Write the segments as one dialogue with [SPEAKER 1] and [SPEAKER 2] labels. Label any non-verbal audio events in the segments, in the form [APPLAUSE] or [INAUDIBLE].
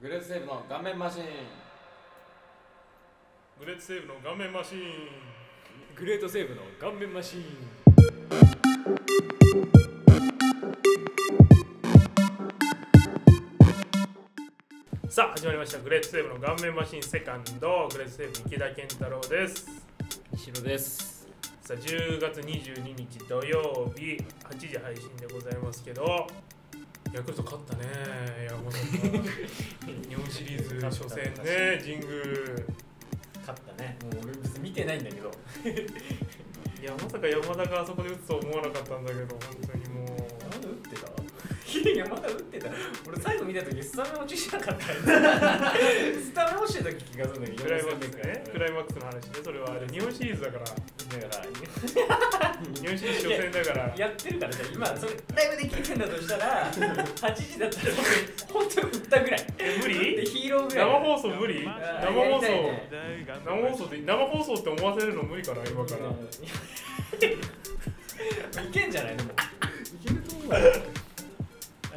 [SPEAKER 1] グレーズセーブの顔面マシーン
[SPEAKER 2] グレートセーブの顔面マシーン
[SPEAKER 3] グレートセーブの顔面マシーン
[SPEAKER 2] さあ始まりましたグレートセーブの顔面マシーンセカンドグレートセーブ池田健太郎です
[SPEAKER 3] 西野です
[SPEAKER 2] さあ10月22日土曜日8時配信でございますけどヤクルト勝ったね山本
[SPEAKER 3] [LAUGHS]
[SPEAKER 2] 日本シリーズ初戦ね神宮
[SPEAKER 3] 勝ったねもう俺別に見てないんだけど
[SPEAKER 2] いやまさか山田があそこで打つとは思わなかったんだけど本当にも
[SPEAKER 3] 山
[SPEAKER 2] う
[SPEAKER 3] 田打ってた [LAUGHS] いや山田打ってた俺最後見た時スタメン落ちしなかった [LAUGHS] スタメン落ちてた気がするんだけど
[SPEAKER 2] クライマックス
[SPEAKER 3] ね
[SPEAKER 2] ねクライマックスの話ねそれはあれ日本シリーズだから
[SPEAKER 3] だから
[SPEAKER 2] 日本シリーズ初戦だから
[SPEAKER 3] やってるからさ今それライブで聞いてんだとした
[SPEAKER 2] [LAUGHS]
[SPEAKER 3] ら8時だったら本当に打ったぐらい
[SPEAKER 2] え無理
[SPEAKER 3] でヒーローぐら
[SPEAKER 2] 生
[SPEAKER 3] い
[SPEAKER 2] 放送無理生放送
[SPEAKER 3] やりたいね
[SPEAKER 2] 生放送って生放送って思わせるの無理かな今から
[SPEAKER 3] いけんじゃないのもう
[SPEAKER 2] はい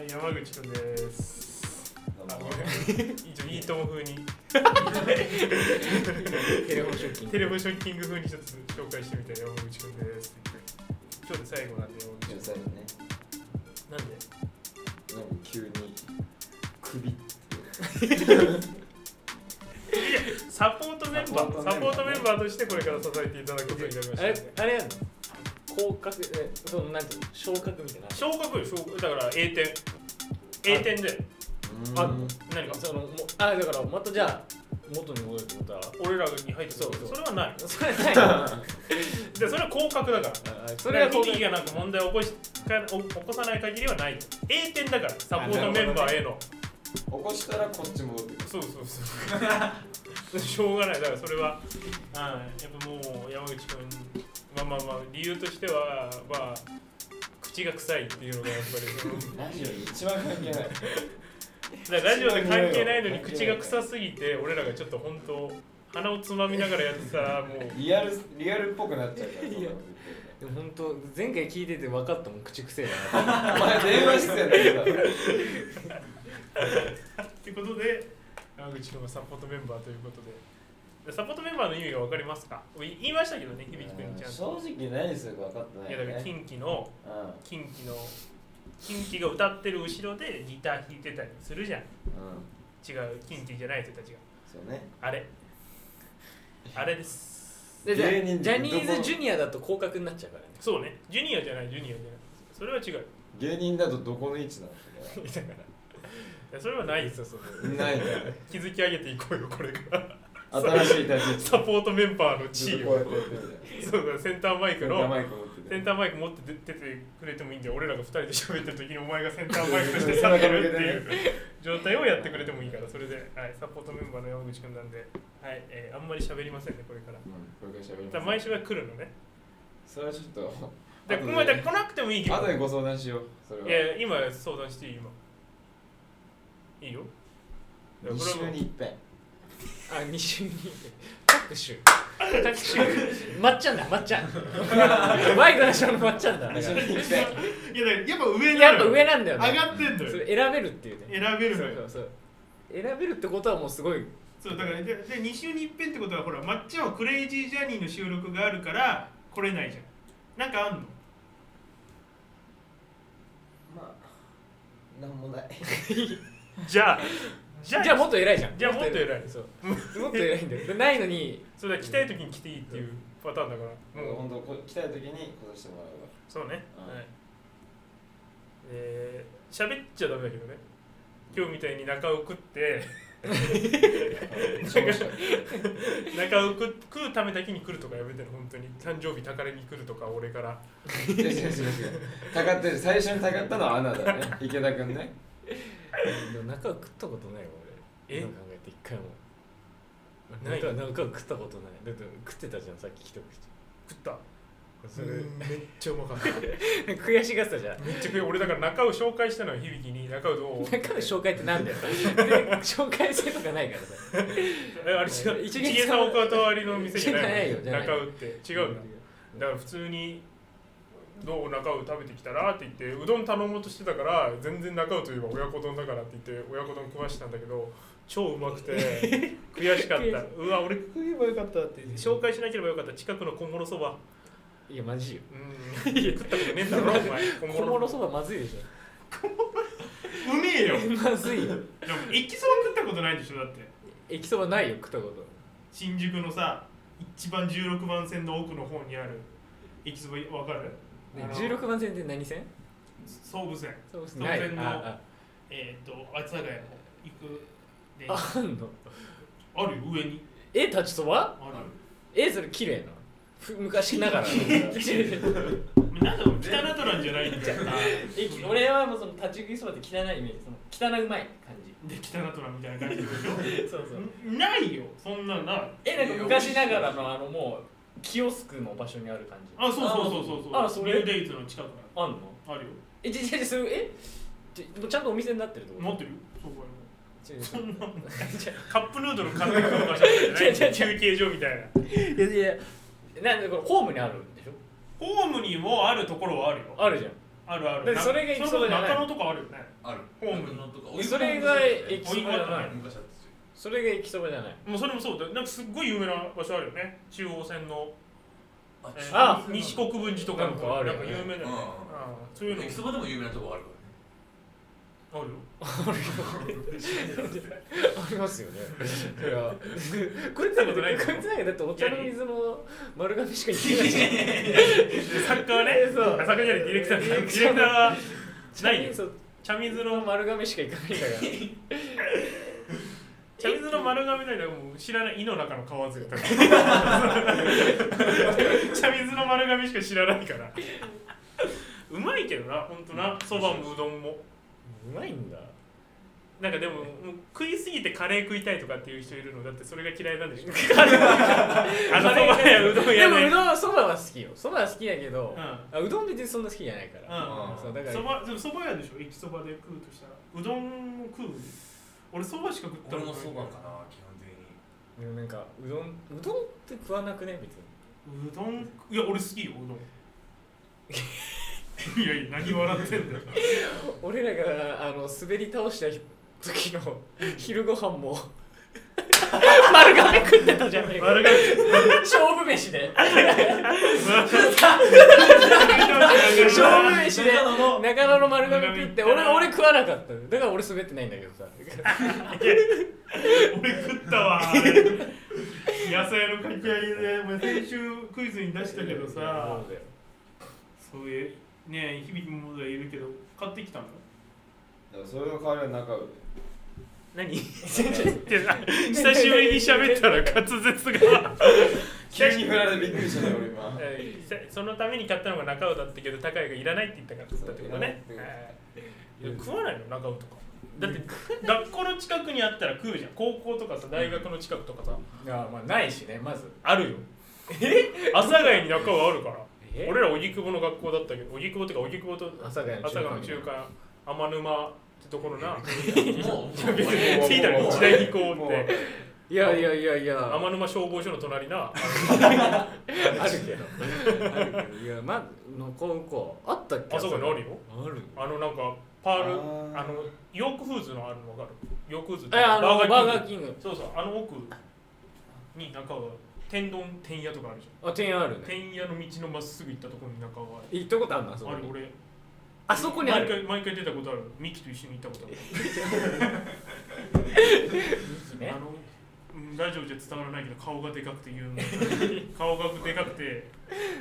[SPEAKER 2] 山口くんですあごめん一応いいとも風に
[SPEAKER 3] テレフォンショッキン
[SPEAKER 2] テレフォンショッキング風にちょっと紹介してみた山口くんです今日で最後なんで山口く
[SPEAKER 1] 13分ね
[SPEAKER 2] んなんで
[SPEAKER 1] なんか急に首って
[SPEAKER 2] サポートメンバー
[SPEAKER 1] サ
[SPEAKER 2] サ
[SPEAKER 1] ポ
[SPEAKER 2] ポ
[SPEAKER 1] ー
[SPEAKER 2] ー
[SPEAKER 1] ト
[SPEAKER 2] ト
[SPEAKER 1] メンバーね
[SPEAKER 2] メンバーとしてこれから支えていただくことになりまし
[SPEAKER 3] あれ
[SPEAKER 2] た
[SPEAKER 3] あれやんの広角えそのなんていうの昇格みたいな
[SPEAKER 2] 昇格よ昇格だから A 点 A 点で
[SPEAKER 1] あ
[SPEAKER 3] あ
[SPEAKER 2] 何か
[SPEAKER 3] そのもあだからまたじゃあ元に戻るってことは
[SPEAKER 2] 俺らに入って
[SPEAKER 3] そうそう
[SPEAKER 2] それはない
[SPEAKER 3] それないな
[SPEAKER 2] でそれは降格だから
[SPEAKER 3] それは
[SPEAKER 2] コ
[SPEAKER 3] こ
[SPEAKER 2] ミがなんか問題を起こしか起起こさない限りはない A 点だからサポートメンバーへの、
[SPEAKER 1] 起こしたらこっち戻ってくる
[SPEAKER 2] そうそうそう [LAUGHS] しょうがないだからそれは、はい、やっぱもう山口君まあまあまあ理由としてはまあ口が臭いっていうのがやっぱりその
[SPEAKER 1] ラジオに一番関係ない
[SPEAKER 2] だからラジオで関係ないのに口が臭すぎて俺らがちょっと本当鼻をつまみながらやってさもう
[SPEAKER 1] リアルリアルっぽくなっちゃうから
[SPEAKER 3] いやでも本当前回聞いてて分かったもん口癖だな
[SPEAKER 1] お前電話してんだけど
[SPEAKER 2] ってことで山口君はサポートメンバーということででサポートメンバーの意味が分かりますか言いましたけどね響君にちゃんと
[SPEAKER 1] 正直何するか分かってない
[SPEAKER 2] いや
[SPEAKER 1] よ
[SPEAKER 2] だか
[SPEAKER 1] ね
[SPEAKER 2] ら近畿の
[SPEAKER 1] うん
[SPEAKER 2] 近畿の近畿が歌ってる後ろでギター弾いてたりするじゃん違
[SPEAKER 1] うん
[SPEAKER 2] う近畿じゃない人たちが
[SPEAKER 1] そうね
[SPEAKER 2] あれあれです
[SPEAKER 3] [LAUGHS] でじゃあ
[SPEAKER 1] 芸人
[SPEAKER 3] ジャニーズジュニアだと広角になっちゃうからね
[SPEAKER 2] そうねジュニアじゃないジュニアじゃないそれは違う
[SPEAKER 1] 芸人だとどこの位置な
[SPEAKER 2] だからいやそれはないですよそれ
[SPEAKER 1] のないんだよね
[SPEAKER 2] 築き上げていこうよこれから
[SPEAKER 1] 新しい立
[SPEAKER 2] [LAUGHS]
[SPEAKER 1] ち位置
[SPEAKER 2] サポートメンバーの地位
[SPEAKER 1] こう
[SPEAKER 2] を
[SPEAKER 1] やってやってるじゃん
[SPEAKER 2] そうだセンターマイク
[SPEAKER 1] センター
[SPEAKER 2] の
[SPEAKER 1] マイク持ってて
[SPEAKER 2] センターマイク持って出てくれてもいいんで俺らが2人で喋ってる時にお前がセンターマイク
[SPEAKER 1] [LAUGHS]
[SPEAKER 2] として立ってるっていう状態をやってくれてもいいからそれで、はい、サポートメンバーの山口君なんで、はいえーあんまり喋りませんねこれか
[SPEAKER 1] う
[SPEAKER 2] ら
[SPEAKER 1] ん、これから喋り
[SPEAKER 2] ただ
[SPEAKER 1] ま
[SPEAKER 2] 毎
[SPEAKER 1] す
[SPEAKER 2] 週は来るのね
[SPEAKER 1] それはちょっと
[SPEAKER 2] で
[SPEAKER 1] 後
[SPEAKER 2] こ
[SPEAKER 1] で
[SPEAKER 2] の間来なくてもいいけど
[SPEAKER 1] 後でご相談しようそれ
[SPEAKER 2] い
[SPEAKER 1] は
[SPEAKER 2] や今相談していい今いいよいや
[SPEAKER 1] 2
[SPEAKER 2] これはもう
[SPEAKER 1] 週に一遍
[SPEAKER 3] あ2週に各種
[SPEAKER 2] 私いや
[SPEAKER 3] まっちゃんだまっちゃん [LAUGHS] マイクの人のまっちゃんだ
[SPEAKER 1] 2週に一遍
[SPEAKER 2] だからやっぱ上な
[SPEAKER 3] やっぱ
[SPEAKER 2] のよ
[SPEAKER 3] 上なんだよね
[SPEAKER 2] 上がってんの
[SPEAKER 3] そ
[SPEAKER 2] よ
[SPEAKER 3] れ選べるっていうね
[SPEAKER 2] 選べるの
[SPEAKER 3] そ
[SPEAKER 2] よ
[SPEAKER 3] うそうそう選べるってことはもうすごい
[SPEAKER 2] そうだからでで2週に一遍ってことはほらまっちゃんはクレイジージャーニーの収録があるから来れないじゃんなんかあんの
[SPEAKER 1] まあなんもない
[SPEAKER 2] じゃあじ
[SPEAKER 3] じゃあもっと偉いじゃん
[SPEAKER 2] じゃあもっと偉い
[SPEAKER 3] そうもっと偉いんだよでないのに
[SPEAKER 2] それは来たい時に来ていいっていうパターンだから
[SPEAKER 1] もう
[SPEAKER 2] もう
[SPEAKER 1] 本当こ来たい時に来させてもらえば
[SPEAKER 2] そうね
[SPEAKER 1] うん
[SPEAKER 2] はいえー喋っちゃダメだけどね今日みたいに中を食って
[SPEAKER 1] [LAUGHS]
[SPEAKER 2] 中を食う食うためだけに来るとかやめてる本当に誕生日たかれに来るとか俺から
[SPEAKER 1] 違う違う違う違うたかってる最初にたかったのはアナだね池田君ね
[SPEAKER 3] でも中を食ったことないわ俺
[SPEAKER 2] え
[SPEAKER 3] 今考えて一回も
[SPEAKER 2] ない
[SPEAKER 3] 中中を食ったことないだって食ってたじゃんさっき一口
[SPEAKER 2] 食った
[SPEAKER 3] それ
[SPEAKER 2] うんめっちゃうまかった
[SPEAKER 3] [LAUGHS] 悔しがってたじゃん
[SPEAKER 2] めっちゃ食い俺だから中尾紹介したのは響に中尾どう
[SPEAKER 3] 中の紹介ってなんだ [LAUGHS] よ紹介するとかないからさ
[SPEAKER 2] えあれ違う
[SPEAKER 3] 一
[SPEAKER 2] 一元
[SPEAKER 3] 元
[SPEAKER 2] さんお断りの店じゃない
[SPEAKER 3] じゃないよじゃない
[SPEAKER 2] 中尾って違うんだだから普通にどう中尾食べてきたらって言ってうどん頼もうとしてたから全然中尾といえば親子丼だからって言って親子丼食わしたんだけど超うまくて [LAUGHS] 悔しかったうわ俺食えばよかったって紹介しなければよかった近くの小諸そば
[SPEAKER 3] いやマジよ
[SPEAKER 2] うんいや食ったことねえんだろお前
[SPEAKER 3] 小
[SPEAKER 2] 小諸
[SPEAKER 3] 諸そばまずいでし
[SPEAKER 2] うめえよでも
[SPEAKER 3] ょ [LAUGHS] まずいよ
[SPEAKER 2] 駅そば食ったことないでしょだって
[SPEAKER 3] 駅そばないよ食ったこ
[SPEAKER 2] 新宿のさ一番16番線の奥の方にある駅そばわかる
[SPEAKER 3] と、ね
[SPEAKER 2] あ、の
[SPEAKER 3] 16番線って何線
[SPEAKER 2] 総武線
[SPEAKER 3] そうです
[SPEAKER 2] 東線の
[SPEAKER 3] あ
[SPEAKER 2] えっ、ー、とあいつがや行くで
[SPEAKER 3] あああんの
[SPEAKER 2] あるよ上に
[SPEAKER 3] え立ちそば
[SPEAKER 2] あるよ
[SPEAKER 3] えそれ綺麗なふ昔ながらの
[SPEAKER 2] なんだろう北ナトランじゃないんだよな
[SPEAKER 3] [LAUGHS] 駅俺はもうその立ち食いそばって汚いイメージその汚いうまい感じ
[SPEAKER 2] で北ナトランみたいな感じでし
[SPEAKER 3] [LAUGHS] そうそう
[SPEAKER 2] ょんないよそんなんない
[SPEAKER 3] えなんか昔ながらのあのもうキオスクの場所にある感じ
[SPEAKER 2] あそうそうそうそうそう
[SPEAKER 3] あそ
[SPEAKER 2] ニュー
[SPEAKER 3] れ
[SPEAKER 2] デイズの近くに
[SPEAKER 3] あんの
[SPEAKER 2] あるよ
[SPEAKER 3] えちちちそれえちちゃんとお店になってるってこ
[SPEAKER 2] 持
[SPEAKER 3] と
[SPEAKER 2] っ
[SPEAKER 3] [LAUGHS]
[SPEAKER 2] てるよそこ
[SPEAKER 3] ちょ
[SPEAKER 2] に
[SPEAKER 3] ち
[SPEAKER 2] そ
[SPEAKER 3] ょ
[SPEAKER 2] んな
[SPEAKER 3] ちょ
[SPEAKER 2] カップヌードル買ってくる場所じゃない
[SPEAKER 3] [LAUGHS] 違う違う違
[SPEAKER 2] 休
[SPEAKER 3] う
[SPEAKER 2] 憩所みたいない
[SPEAKER 3] やいやなんでこれホームにあるんでしょ
[SPEAKER 2] ホームにもあるところはあるよ
[SPEAKER 3] あるじゃん
[SPEAKER 2] あるあ
[SPEAKER 3] だっ
[SPEAKER 2] る
[SPEAKER 3] てそれが行きそうじゃない
[SPEAKER 2] 中野とかあるよね
[SPEAKER 4] ある
[SPEAKER 2] ホーム
[SPEAKER 4] のとか
[SPEAKER 3] えそれが駅そばじゃ
[SPEAKER 2] お湯があっ
[SPEAKER 3] ない
[SPEAKER 4] 昔あった
[SPEAKER 3] それが駅そばじゃない
[SPEAKER 2] もうそれもそうだよなんかすっごい有名な場所あるよね中央線の、えー
[SPEAKER 3] あ
[SPEAKER 2] 西国分寺とかの
[SPEAKER 3] なんかあるよ
[SPEAKER 2] なん
[SPEAKER 3] ね
[SPEAKER 2] か有名だよね、
[SPEAKER 4] うん
[SPEAKER 2] ああそういうのも
[SPEAKER 4] 駅そばでも有名なとこあるか
[SPEAKER 2] あるよ
[SPEAKER 3] ありますよね。 [LAUGHS] いや、こいつなんかだって、こいつなんかだってお茶の水も丸亀しか行ってないじゃん。
[SPEAKER 2] 作家はね、
[SPEAKER 3] そう
[SPEAKER 2] 作家じゃないディレクター
[SPEAKER 3] ディレク
[SPEAKER 2] デ
[SPEAKER 3] ター
[SPEAKER 2] ィレクターはないよ
[SPEAKER 3] [LAUGHS] そう
[SPEAKER 2] 茶水の
[SPEAKER 3] 丸亀しか行かないから。 [LAUGHS]
[SPEAKER 2] 茶水の丸亀だよもう知らない井の中の川津とか
[SPEAKER 3] [LAUGHS]
[SPEAKER 2] 茶水の丸亀しか知らないからうまいけどなほんとなそばもうどんも
[SPEAKER 3] うまいんだ。
[SPEAKER 2] なんかでももう食いすぎてカレー食いたいとかっていう人いるのだってそれが嫌いなんでし
[SPEAKER 3] [LAUGHS]
[SPEAKER 2] ょあのそばやうどん
[SPEAKER 3] で
[SPEAKER 2] や
[SPEAKER 3] も
[SPEAKER 2] ね
[SPEAKER 3] うどんはそばは好きよ。そばは好きやけど
[SPEAKER 2] う、ん
[SPEAKER 3] あうどん別にそんな好きじゃないから。
[SPEAKER 4] うん
[SPEAKER 3] そうだから
[SPEAKER 2] そばでもそば屋でしょ駅そばで食うとしたらうどんも食う俺そばしか食った
[SPEAKER 4] ら
[SPEAKER 2] こ
[SPEAKER 4] 俺
[SPEAKER 2] と
[SPEAKER 4] も
[SPEAKER 2] ない
[SPEAKER 4] そばかな基本的に
[SPEAKER 3] でもなんかうどんうどんって食わなくね別に。
[SPEAKER 2] うどんいや俺好きようどん [LAUGHS] いやいや何笑ってんだよ
[SPEAKER 3] 俺らがあの滑り倒した時の昼ご飯も丸亀食ってたじゃねえか。
[SPEAKER 2] 丸亀
[SPEAKER 3] 勝負飯で。
[SPEAKER 2] 勝
[SPEAKER 3] 勝負飯で
[SPEAKER 4] 中野の
[SPEAKER 3] 中野の丸亀食って
[SPEAKER 2] 丸亀
[SPEAKER 3] 俺俺食わなかったのだから俺滑ってないんだけどさ
[SPEAKER 2] 俺食った
[SPEAKER 3] [LAUGHS]
[SPEAKER 2] わあれ野菜のかき揚げでお前先週クイズに出したけどさ
[SPEAKER 3] そうだよ
[SPEAKER 2] そういうねえ響もいるけど買ってきたの
[SPEAKER 1] らそれの代わりは中尾で
[SPEAKER 3] 何
[SPEAKER 1] [LAUGHS]
[SPEAKER 2] 久しぶりに喋ったら滑舌が
[SPEAKER 1] 急に振られてびっくりしたね俺今
[SPEAKER 2] えーそのために買ったのが中尾だったけど高井がいらないって言ったから買ったってことね
[SPEAKER 1] そういらない
[SPEAKER 2] えーいや食わないの中尾とかだって学校の近くにあったら食うじゃん高校とかさ大学の近くとかさ
[SPEAKER 3] いやまあないしねまず
[SPEAKER 2] あるよえ阿佐ヶ谷に中尾あるから
[SPEAKER 3] え
[SPEAKER 2] 俺ら荻窪の学校だったけど荻窪っていうか荻窪と
[SPEAKER 3] 阿佐ヶ谷
[SPEAKER 2] 阿
[SPEAKER 3] の
[SPEAKER 2] 佐ヶ
[SPEAKER 3] 中
[SPEAKER 2] 谷の中
[SPEAKER 3] 華
[SPEAKER 2] 華天沼ってところ [LAUGHS] な
[SPEAKER 4] もう
[SPEAKER 2] 別 [LAUGHS] に聞いたら日大に行こうって
[SPEAKER 3] いやいやいやいや
[SPEAKER 2] 天沼消防署の隣な
[SPEAKER 3] あるけどあるけどいやまあ残る子あったっけ
[SPEAKER 2] あそこにあるよ
[SPEAKER 3] ある
[SPEAKER 2] あのなんかパール
[SPEAKER 1] あー
[SPEAKER 2] あのヨークフーズのあるの分かるヨークフーズって
[SPEAKER 3] えあのバー
[SPEAKER 2] キ
[SPEAKER 3] ガ
[SPEAKER 2] ン
[SPEAKER 3] ーキング
[SPEAKER 2] グそうそうあの奥になんか天丼天屋とかあるじゃん
[SPEAKER 3] あ店あるね
[SPEAKER 2] 天屋の道のまっすぐ行ったところに中はある
[SPEAKER 3] 行ったことあるなあそこ
[SPEAKER 2] あれ
[SPEAKER 3] に
[SPEAKER 2] 俺
[SPEAKER 3] あそこにある
[SPEAKER 2] 毎回毎回出たことあるミキと一緒に行ったことある
[SPEAKER 3] ね
[SPEAKER 2] あのうんラジオじゃ伝わらないけど顔がでかくて有名
[SPEAKER 1] [LAUGHS]
[SPEAKER 2] 顔がでかくて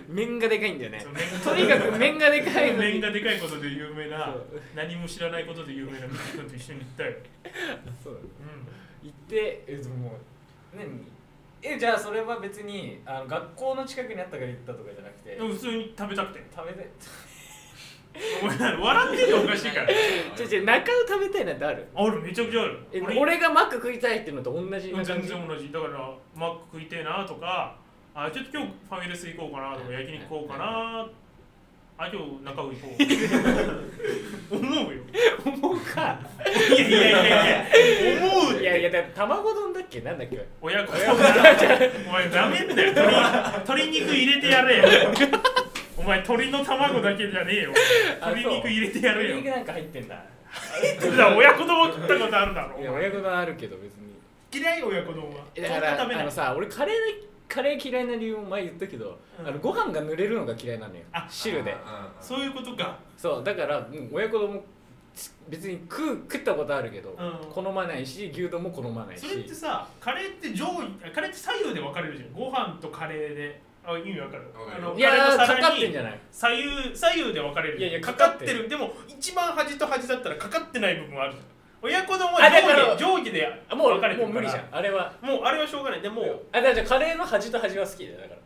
[SPEAKER 3] 面がでかいんだよね
[SPEAKER 2] その面
[SPEAKER 3] とにかく面がでかいのに
[SPEAKER 2] 面がでかいことで有名な
[SPEAKER 3] そう
[SPEAKER 2] 何も知らないことで有名なミキ君と一緒に行ったよ、
[SPEAKER 3] そうだね
[SPEAKER 2] う
[SPEAKER 3] 行ってえでももう何えじゃあそれは別にあの学校の近くにあったから行ったとかじゃなくて、
[SPEAKER 2] ん、でも普通に食べたくて
[SPEAKER 3] 食べたい
[SPEAKER 2] お前 [LAUGHS] 笑ってるのおかしいから
[SPEAKER 3] ちょちょ中を食べたいなんてある
[SPEAKER 2] あるめちゃくちゃある
[SPEAKER 3] え俺がマック食いたいっていうのと同じ
[SPEAKER 2] うん
[SPEAKER 3] な
[SPEAKER 2] 全
[SPEAKER 3] 感じ
[SPEAKER 2] 然同じだからマック食いてえなとかあちょっと今日ファミレス行こうかなとか焼肉行こうかなあ今日中尾行こう
[SPEAKER 3] [LAUGHS]
[SPEAKER 2] 思うよ
[SPEAKER 3] 思うか
[SPEAKER 2] いやいやいやいや思うって
[SPEAKER 3] いやいやだって卵丼だっけなんだっけ
[SPEAKER 2] 親子丼お前ダメだよ鶏鶏肉入れてやれよお前鳥の卵だけじゃねえよ
[SPEAKER 3] あそう
[SPEAKER 2] 鶏肉入れてやるよ
[SPEAKER 3] 鶏肉なんか入ってんだ
[SPEAKER 2] だから親子丼食ったことあるだろ
[SPEAKER 3] いや親子丼あるけど別に
[SPEAKER 2] 嫌い親子丼は
[SPEAKER 3] だか
[SPEAKER 2] そんな
[SPEAKER 3] ら
[SPEAKER 2] 食べな
[SPEAKER 3] あ
[SPEAKER 2] い
[SPEAKER 3] のさ俺カレーでカレー嫌いな理由も前言ったけど、
[SPEAKER 2] うん
[SPEAKER 3] あのご飯が濡れるのが嫌いなのよ
[SPEAKER 2] あ
[SPEAKER 3] 汁で
[SPEAKER 2] そういうことか
[SPEAKER 3] そうだから、うん、親子丼もつ別に食う食ったことあるけど、
[SPEAKER 2] ん
[SPEAKER 3] 好まないし牛丼も好まないし
[SPEAKER 2] それってさカレーって上位カレーって左右で分かれるじゃんご飯とカレーであ意味分かる
[SPEAKER 4] わか
[SPEAKER 2] あ
[SPEAKER 4] る
[SPEAKER 2] の
[SPEAKER 3] いや
[SPEAKER 2] カレ
[SPEAKER 3] ーか
[SPEAKER 2] ーの
[SPEAKER 3] か
[SPEAKER 2] 皿
[SPEAKER 3] っ
[SPEAKER 2] に
[SPEAKER 3] てんじゃない
[SPEAKER 2] 左右左右で分かれるじゃん
[SPEAKER 3] いやいや
[SPEAKER 2] か
[SPEAKER 3] か
[SPEAKER 2] か
[SPEAKER 3] か
[SPEAKER 2] っ
[SPEAKER 3] ってて
[SPEAKER 2] る
[SPEAKER 3] る
[SPEAKER 2] でも一番端と端だったらかかってない部分あるじゃん親子丼は
[SPEAKER 3] あだか
[SPEAKER 2] 上下
[SPEAKER 3] ら
[SPEAKER 2] 上下で
[SPEAKER 3] あもう
[SPEAKER 2] 分かれてるから
[SPEAKER 3] もう無理じゃんあれは
[SPEAKER 2] もうあれはしょうがないでもう
[SPEAKER 3] あだからカレーの端と端は好きだよだから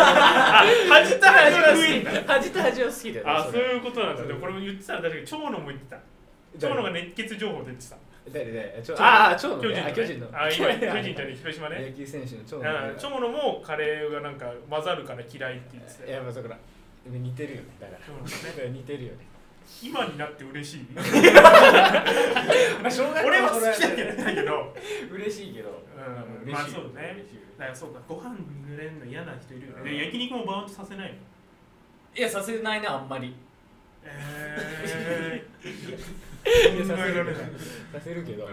[SPEAKER 2] あ端と端は食えんだ
[SPEAKER 3] 端と端は好きだよ
[SPEAKER 2] あそう
[SPEAKER 3] れ
[SPEAKER 2] いうことなんですよでもこれも言ってたら確かに長野も言ってた長野が熱血情報出てた
[SPEAKER 3] 誰誰ちょ
[SPEAKER 2] 長野
[SPEAKER 3] ああ長野
[SPEAKER 2] 巨人
[SPEAKER 3] ね
[SPEAKER 2] の
[SPEAKER 3] あ
[SPEAKER 2] ね
[SPEAKER 3] 巨人の
[SPEAKER 2] あ今巨人じゃねえ広島ね
[SPEAKER 3] 野球選手の長野
[SPEAKER 2] うん長野もカレーがなんか混ざるから嫌いって言ってたよ
[SPEAKER 3] いやまあそこら似てるよねだから
[SPEAKER 2] そうですね
[SPEAKER 3] だから似てるよね
[SPEAKER 2] 今になって嬉
[SPEAKER 3] [LAUGHS]
[SPEAKER 2] しい
[SPEAKER 3] まあ小学校
[SPEAKER 2] 俺は好きだけどだけど
[SPEAKER 3] 嬉しいけど
[SPEAKER 1] [LAUGHS]
[SPEAKER 2] うん
[SPEAKER 3] 嬉
[SPEAKER 2] まあ
[SPEAKER 3] しい
[SPEAKER 2] そうね
[SPEAKER 3] 嬉しい
[SPEAKER 2] だからそうかご飯濡れんの嫌な人いるよね
[SPEAKER 4] うん
[SPEAKER 2] で焼肉もバウンドさせないの
[SPEAKER 3] いやさせないなあんまり
[SPEAKER 2] え
[SPEAKER 3] いや
[SPEAKER 2] 考
[SPEAKER 3] さ
[SPEAKER 2] え
[SPEAKER 3] せ
[SPEAKER 2] られ
[SPEAKER 3] る
[SPEAKER 2] ない
[SPEAKER 3] させるけど
[SPEAKER 2] ー、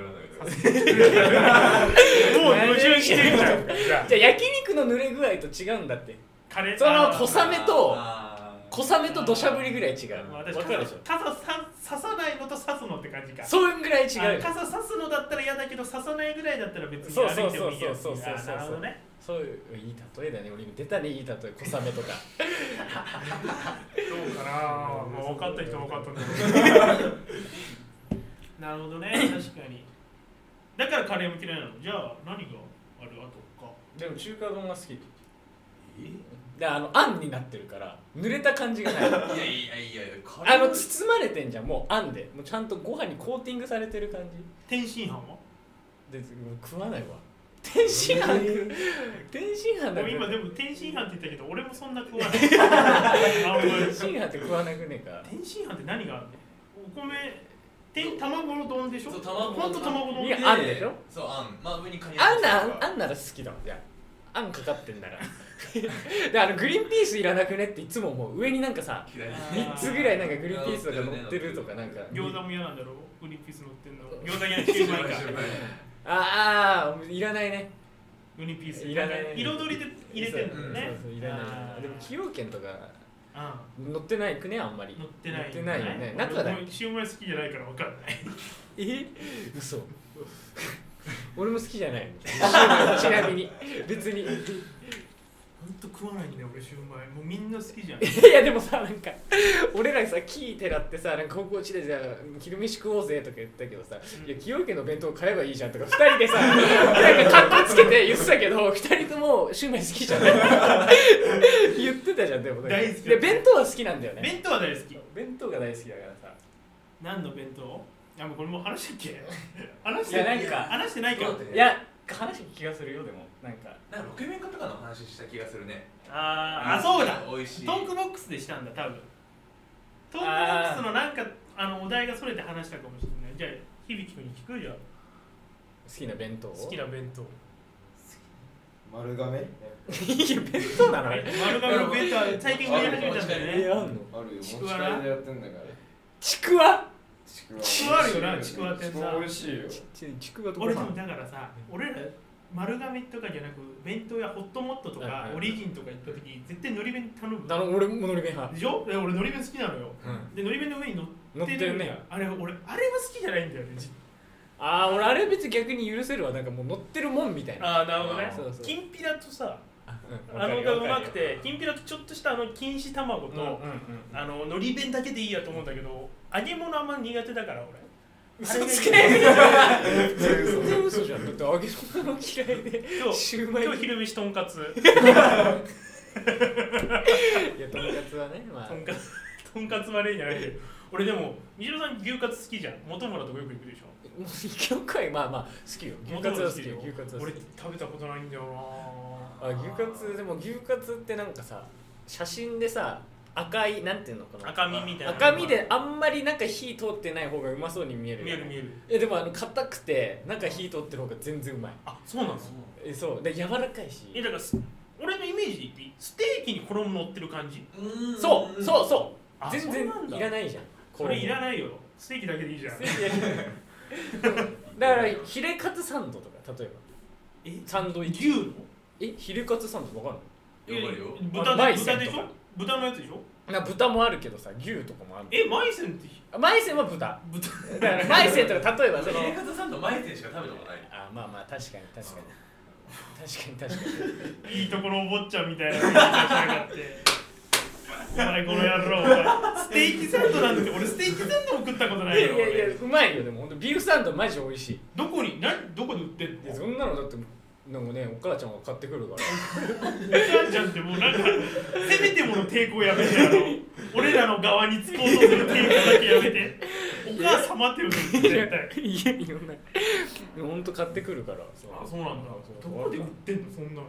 [SPEAKER 2] もう矛盾してるじゃんじゃあ
[SPEAKER 3] じゃあ焼肉の濡れ具合と違うんだって
[SPEAKER 2] カレー
[SPEAKER 3] その
[SPEAKER 2] あー
[SPEAKER 3] 小さめと小雨と土砂降りぐらい違う
[SPEAKER 2] まあ
[SPEAKER 3] 分
[SPEAKER 2] 私
[SPEAKER 3] かるでしょ
[SPEAKER 2] 傘さ刺さないのと刺すのって感じか
[SPEAKER 3] それぐらい違う
[SPEAKER 2] あ
[SPEAKER 3] よ
[SPEAKER 2] 傘刺すのだったら嫌だけど刺さないぐらいだったら別に
[SPEAKER 3] そう
[SPEAKER 2] 歩
[SPEAKER 3] そ
[SPEAKER 2] いうて
[SPEAKER 3] そ
[SPEAKER 2] も
[SPEAKER 3] う
[SPEAKER 2] いいやつ
[SPEAKER 3] そうそうそう
[SPEAKER 2] あーなるほどね
[SPEAKER 3] そういういい例えだね俺今出たねいい例え小雨とか
[SPEAKER 2] どうかな、まあ、分かった人は分かったんだけどなるほどね確かにだからカレーも嫌いなのじゃあ何があるあとか
[SPEAKER 3] でも中華丼が好きであのあんになってるから濡れた感じがない [LAUGHS]
[SPEAKER 4] いやいやいやいやカレ
[SPEAKER 3] あ
[SPEAKER 4] ー
[SPEAKER 3] の包まれてんじゃんもうあんでもうちゃんとご飯にコーティングされてる感じ
[SPEAKER 2] 天津飯は
[SPEAKER 3] でもう食わないわ天津飯食う [LAUGHS] 天津飯だ
[SPEAKER 2] 俺
[SPEAKER 3] け
[SPEAKER 2] 今
[SPEAKER 3] ど
[SPEAKER 2] でも天津飯って言ったけど俺もそんな食わないあんまり
[SPEAKER 3] 天津飯って食わなくねえか
[SPEAKER 2] 天津飯って何があるのお米て卵の丼でしょ
[SPEAKER 4] そう卵の丼
[SPEAKER 2] ほんと卵丼
[SPEAKER 3] いやあんでしょ
[SPEAKER 4] そうあんまあ上にカニ
[SPEAKER 3] あんなあんあんなら好きだもんじゃああんかかってん [LAUGHS] ならであのグリーンピースいらなくねっていつも思う上になんかさ
[SPEAKER 4] 嫌い
[SPEAKER 3] 3つぐらいなんかグリーンピースとか乗ってるとかなんか
[SPEAKER 2] 餃子も嫌なんだろグリーンピース乗ってんの餃子嫌いしてる前か
[SPEAKER 3] ああいらないね
[SPEAKER 2] グリーンピース
[SPEAKER 3] いらないね
[SPEAKER 2] 彩りで入れてんだよね
[SPEAKER 3] そうそういら
[SPEAKER 2] あ
[SPEAKER 3] ない
[SPEAKER 2] ー
[SPEAKER 3] でも崎陽軒とか
[SPEAKER 2] あ
[SPEAKER 3] 乗ってないくねあんまり
[SPEAKER 2] 乗ってない
[SPEAKER 3] 乗ってないよね
[SPEAKER 2] 俺
[SPEAKER 3] 中だ
[SPEAKER 2] 俺シュウマイ好きじゃないから分かんない
[SPEAKER 3] え嘘
[SPEAKER 2] [LAUGHS]
[SPEAKER 3] 俺も好きじゃない [LAUGHS] のちなみに別にい
[SPEAKER 2] ほんと食わないんだよ俺シュウマイもうみんな好きじゃ
[SPEAKER 3] [LAUGHS]
[SPEAKER 2] ん
[SPEAKER 3] やでもさなんか俺らさ木てらってさなんか高校地でじゃあ昼飯食おうぜとか言ったけどさ
[SPEAKER 2] う
[SPEAKER 3] 「
[SPEAKER 2] ん
[SPEAKER 3] いや崎陽軒の弁当買えばいいじゃん」とか2人でさなんかカッコつけて言ってたけど2人ともシュウマイ好きじゃない言ってたじゃんでも
[SPEAKER 2] 大好き
[SPEAKER 3] で弁当は好きなんだよね
[SPEAKER 2] 弁当は大好き
[SPEAKER 3] 弁当が大好きだからさ
[SPEAKER 2] 何の弁当あもうこれもう話したっ
[SPEAKER 3] [LAUGHS]
[SPEAKER 2] け話し
[SPEAKER 3] い
[SPEAKER 2] て
[SPEAKER 3] や
[SPEAKER 2] な
[SPEAKER 3] ないんか
[SPEAKER 2] 話してないか
[SPEAKER 4] どうだった
[SPEAKER 3] いや話した気がするよでもなんか
[SPEAKER 4] なんかロケ弁かとかの話した気がするね
[SPEAKER 2] あーあそうだ
[SPEAKER 4] 美味しい
[SPEAKER 2] トークボックスでしたんだ多分トークボックスのなんかあのお題がそれて話したかもしれないじゃあ響君に聞くよ
[SPEAKER 3] 好きな弁当
[SPEAKER 2] 好きな弁当
[SPEAKER 1] 丸亀
[SPEAKER 3] いや弁当なのあれ
[SPEAKER 2] 丸亀の弁当は最近売り始めたんだ
[SPEAKER 4] [LAUGHS]
[SPEAKER 2] よ
[SPEAKER 3] [LAUGHS] え
[SPEAKER 2] ね
[SPEAKER 3] あんの
[SPEAKER 1] あるよ持ち帰
[SPEAKER 2] ちくわな
[SPEAKER 1] りでやってんだから
[SPEAKER 3] ちくわ
[SPEAKER 1] ちくわ
[SPEAKER 2] ちくわあるよなちくわってさ
[SPEAKER 1] ちくわ美味しいよ
[SPEAKER 3] ちちくわとご
[SPEAKER 2] 俺で
[SPEAKER 3] 飯
[SPEAKER 2] もだからさ俺ら丸亀とかじゃなく弁当やホットモットと
[SPEAKER 3] はいはい
[SPEAKER 2] か
[SPEAKER 3] はい
[SPEAKER 2] オリジンとか行った時絶対のり弁頼む
[SPEAKER 3] あの俺ものり弁派
[SPEAKER 2] でしょで俺のり弁好きなのよ
[SPEAKER 4] うん
[SPEAKER 2] でのり弁の上に乗
[SPEAKER 3] 乗
[SPEAKER 2] っ
[SPEAKER 3] ってて
[SPEAKER 2] る
[SPEAKER 3] るね
[SPEAKER 2] あれ俺あれは好きじゃないんだよね
[SPEAKER 3] ああ俺あれ別に逆に許せるわなんかもう乗ってるもんみたい
[SPEAKER 2] あ
[SPEAKER 3] な
[SPEAKER 2] あな
[SPEAKER 4] るほどね
[SPEAKER 3] そうそう
[SPEAKER 2] きんぴらとさ
[SPEAKER 3] うん
[SPEAKER 2] あのがうま
[SPEAKER 3] わかるよ
[SPEAKER 2] くてきんぴらとちょっとしたあの錦糸卵
[SPEAKER 3] うんうん
[SPEAKER 2] と
[SPEAKER 3] うん
[SPEAKER 2] あののり弁だけでいいやと思うんだけど揚げ物あんま苦手だから俺
[SPEAKER 3] 嘘つけ
[SPEAKER 2] あれがいい
[SPEAKER 3] 全然嘘じゃんだって揚げ物の嫌いで [LAUGHS]
[SPEAKER 2] 今日
[SPEAKER 3] シュウマイ
[SPEAKER 2] 今日昼飯とんかつ
[SPEAKER 3] いやとんかつはねまあ
[SPEAKER 2] とんかつ [LAUGHS] とんかつ悪いんじゃないけど俺でも三島さん牛カツ好きじゃん本村とかよく行くでしょ
[SPEAKER 3] もう一回まあまあ好きよ牛カツは好きよ牛カツは好
[SPEAKER 2] 俺
[SPEAKER 3] き
[SPEAKER 2] 食べたことないんだよな
[SPEAKER 3] あ牛カツでも牛カツってなんかさ写真でさ赤いなんていうのかな
[SPEAKER 2] 赤身みたいな
[SPEAKER 3] 赤身であんまりなんか火通ってない方がうまそうに見える
[SPEAKER 2] 見える見える
[SPEAKER 3] えでもあの硬くて中火通ってる方が全然うまい
[SPEAKER 2] あそうなんです
[SPEAKER 3] えそうで柔らかいし
[SPEAKER 2] えだからす俺のイメーージにステーキに衣乗ってる感じ
[SPEAKER 3] そうそうそう
[SPEAKER 2] あ
[SPEAKER 3] 全然
[SPEAKER 2] そうなんだ
[SPEAKER 3] いらないじゃん
[SPEAKER 2] それいら
[SPEAKER 3] い
[SPEAKER 2] ないよステーキだけでいいじゃん
[SPEAKER 3] だからヒレカツサンドとか例えば
[SPEAKER 2] え
[SPEAKER 3] サンドイッチ
[SPEAKER 2] 牛の
[SPEAKER 3] えヒレカツサンドわかん
[SPEAKER 4] やばいよ
[SPEAKER 2] 豚
[SPEAKER 3] まあ
[SPEAKER 2] で豚でし
[SPEAKER 3] マイセンと
[SPEAKER 2] ょ
[SPEAKER 3] か
[SPEAKER 2] 豚のやつでしょ
[SPEAKER 3] ないな豚もあるけどさ牛とかもある
[SPEAKER 2] えマイセンって
[SPEAKER 3] あマイセン
[SPEAKER 2] [LAUGHS]
[SPEAKER 3] は豚
[SPEAKER 2] 豚
[SPEAKER 3] だからマイセンとか例えばその
[SPEAKER 4] 生活サンドマイセンしか食べたことない
[SPEAKER 3] あまあまあ確かに確かに確かに確か
[SPEAKER 2] いいところお坊ちゃんみたいな感じでしやがってお前この野郎お前ステーキサンドなんて俺ステーキサンドも食ったこと [LAUGHS] な
[SPEAKER 3] に
[SPEAKER 2] い
[SPEAKER 3] い
[SPEAKER 2] よ
[SPEAKER 3] やいやいやうまいよでも本当ビーフサンドマジ美味しい
[SPEAKER 2] どこに何どこで売ってん
[SPEAKER 3] いやそ
[SPEAKER 2] の
[SPEAKER 3] んなのだってなんかねお母ちゃんが買ってくるから
[SPEAKER 2] お母ちゃんってもうなんかせめてもの抵抗やめてあの俺らの側につこうとする抵抗だけやめてお母様って呼ぶの絶対
[SPEAKER 3] 家に呼んない本当買ってくるからそう
[SPEAKER 2] あそうなんだ
[SPEAKER 3] そ
[SPEAKER 2] ど
[SPEAKER 3] う
[SPEAKER 2] こで売ってんのそんなの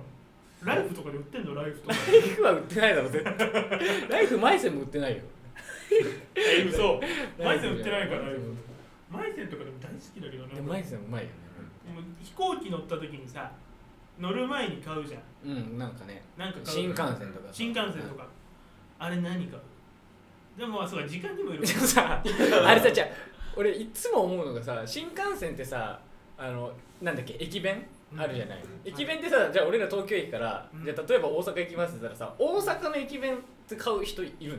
[SPEAKER 2] ライフとかで売ってんのライフとか
[SPEAKER 3] ライフは売ってないだろ
[SPEAKER 2] [LAUGHS]
[SPEAKER 3] 絶対ライフマイセンも売ってないよ
[SPEAKER 2] え嘘マイセン売ってないから
[SPEAKER 3] ライフ
[SPEAKER 2] マイセンとかでも大好きだけど
[SPEAKER 3] で
[SPEAKER 2] な
[SPEAKER 3] もマイセンうまいよね
[SPEAKER 2] もう飛行機乗った時にさ乗る前に買うじゃん
[SPEAKER 3] うんなんかね
[SPEAKER 2] なんか買う
[SPEAKER 3] 新幹線とか
[SPEAKER 2] 新幹線とかあれ何かでもまあそうか時間に
[SPEAKER 3] [LAUGHS]
[SPEAKER 2] もよる
[SPEAKER 3] [LAUGHS] でもさあれさじゃあ俺いつも思うのがさ新幹線ってさあのなんだっけ駅弁あるじゃない、
[SPEAKER 2] うん
[SPEAKER 3] 駅弁ってさじゃあ俺ら東京駅から、
[SPEAKER 2] うん
[SPEAKER 3] じゃあ例えば大阪行きますって言ったらさ大阪の駅弁って買う人いるの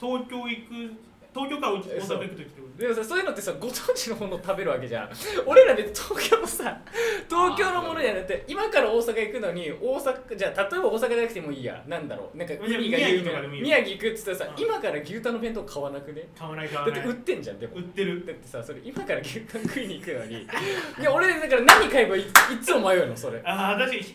[SPEAKER 2] 東京行く東京から大
[SPEAKER 3] えそう
[SPEAKER 2] 阪行く時ってこ
[SPEAKER 3] でもさそういうのってさご当地のものを食べるわけじゃん [LAUGHS] 俺らで東京のさ東京のものじゃなくて今から大阪行くのに大阪じゃあ例えば大阪じゃなくてもいいやなんだろうなんか
[SPEAKER 2] じゃあ
[SPEAKER 3] 海
[SPEAKER 2] 宮
[SPEAKER 3] が
[SPEAKER 2] 城
[SPEAKER 3] 有
[SPEAKER 2] とかでもいい
[SPEAKER 3] 名
[SPEAKER 2] よ
[SPEAKER 3] 宮城行くっつったらさ、
[SPEAKER 2] うん
[SPEAKER 3] 今から牛タンの弁当買わなくね
[SPEAKER 2] と買わない
[SPEAKER 3] だ
[SPEAKER 2] 買
[SPEAKER 3] っ
[SPEAKER 2] わな
[SPEAKER 3] て
[SPEAKER 2] い
[SPEAKER 3] 売ってんじゃんでも
[SPEAKER 2] 売ってる
[SPEAKER 3] だってさそれ今から牛タン食いに行くの
[SPEAKER 2] [LAUGHS]
[SPEAKER 3] にいや俺だから何買えばいいいつも迷うのそれ
[SPEAKER 2] ああ確かに帰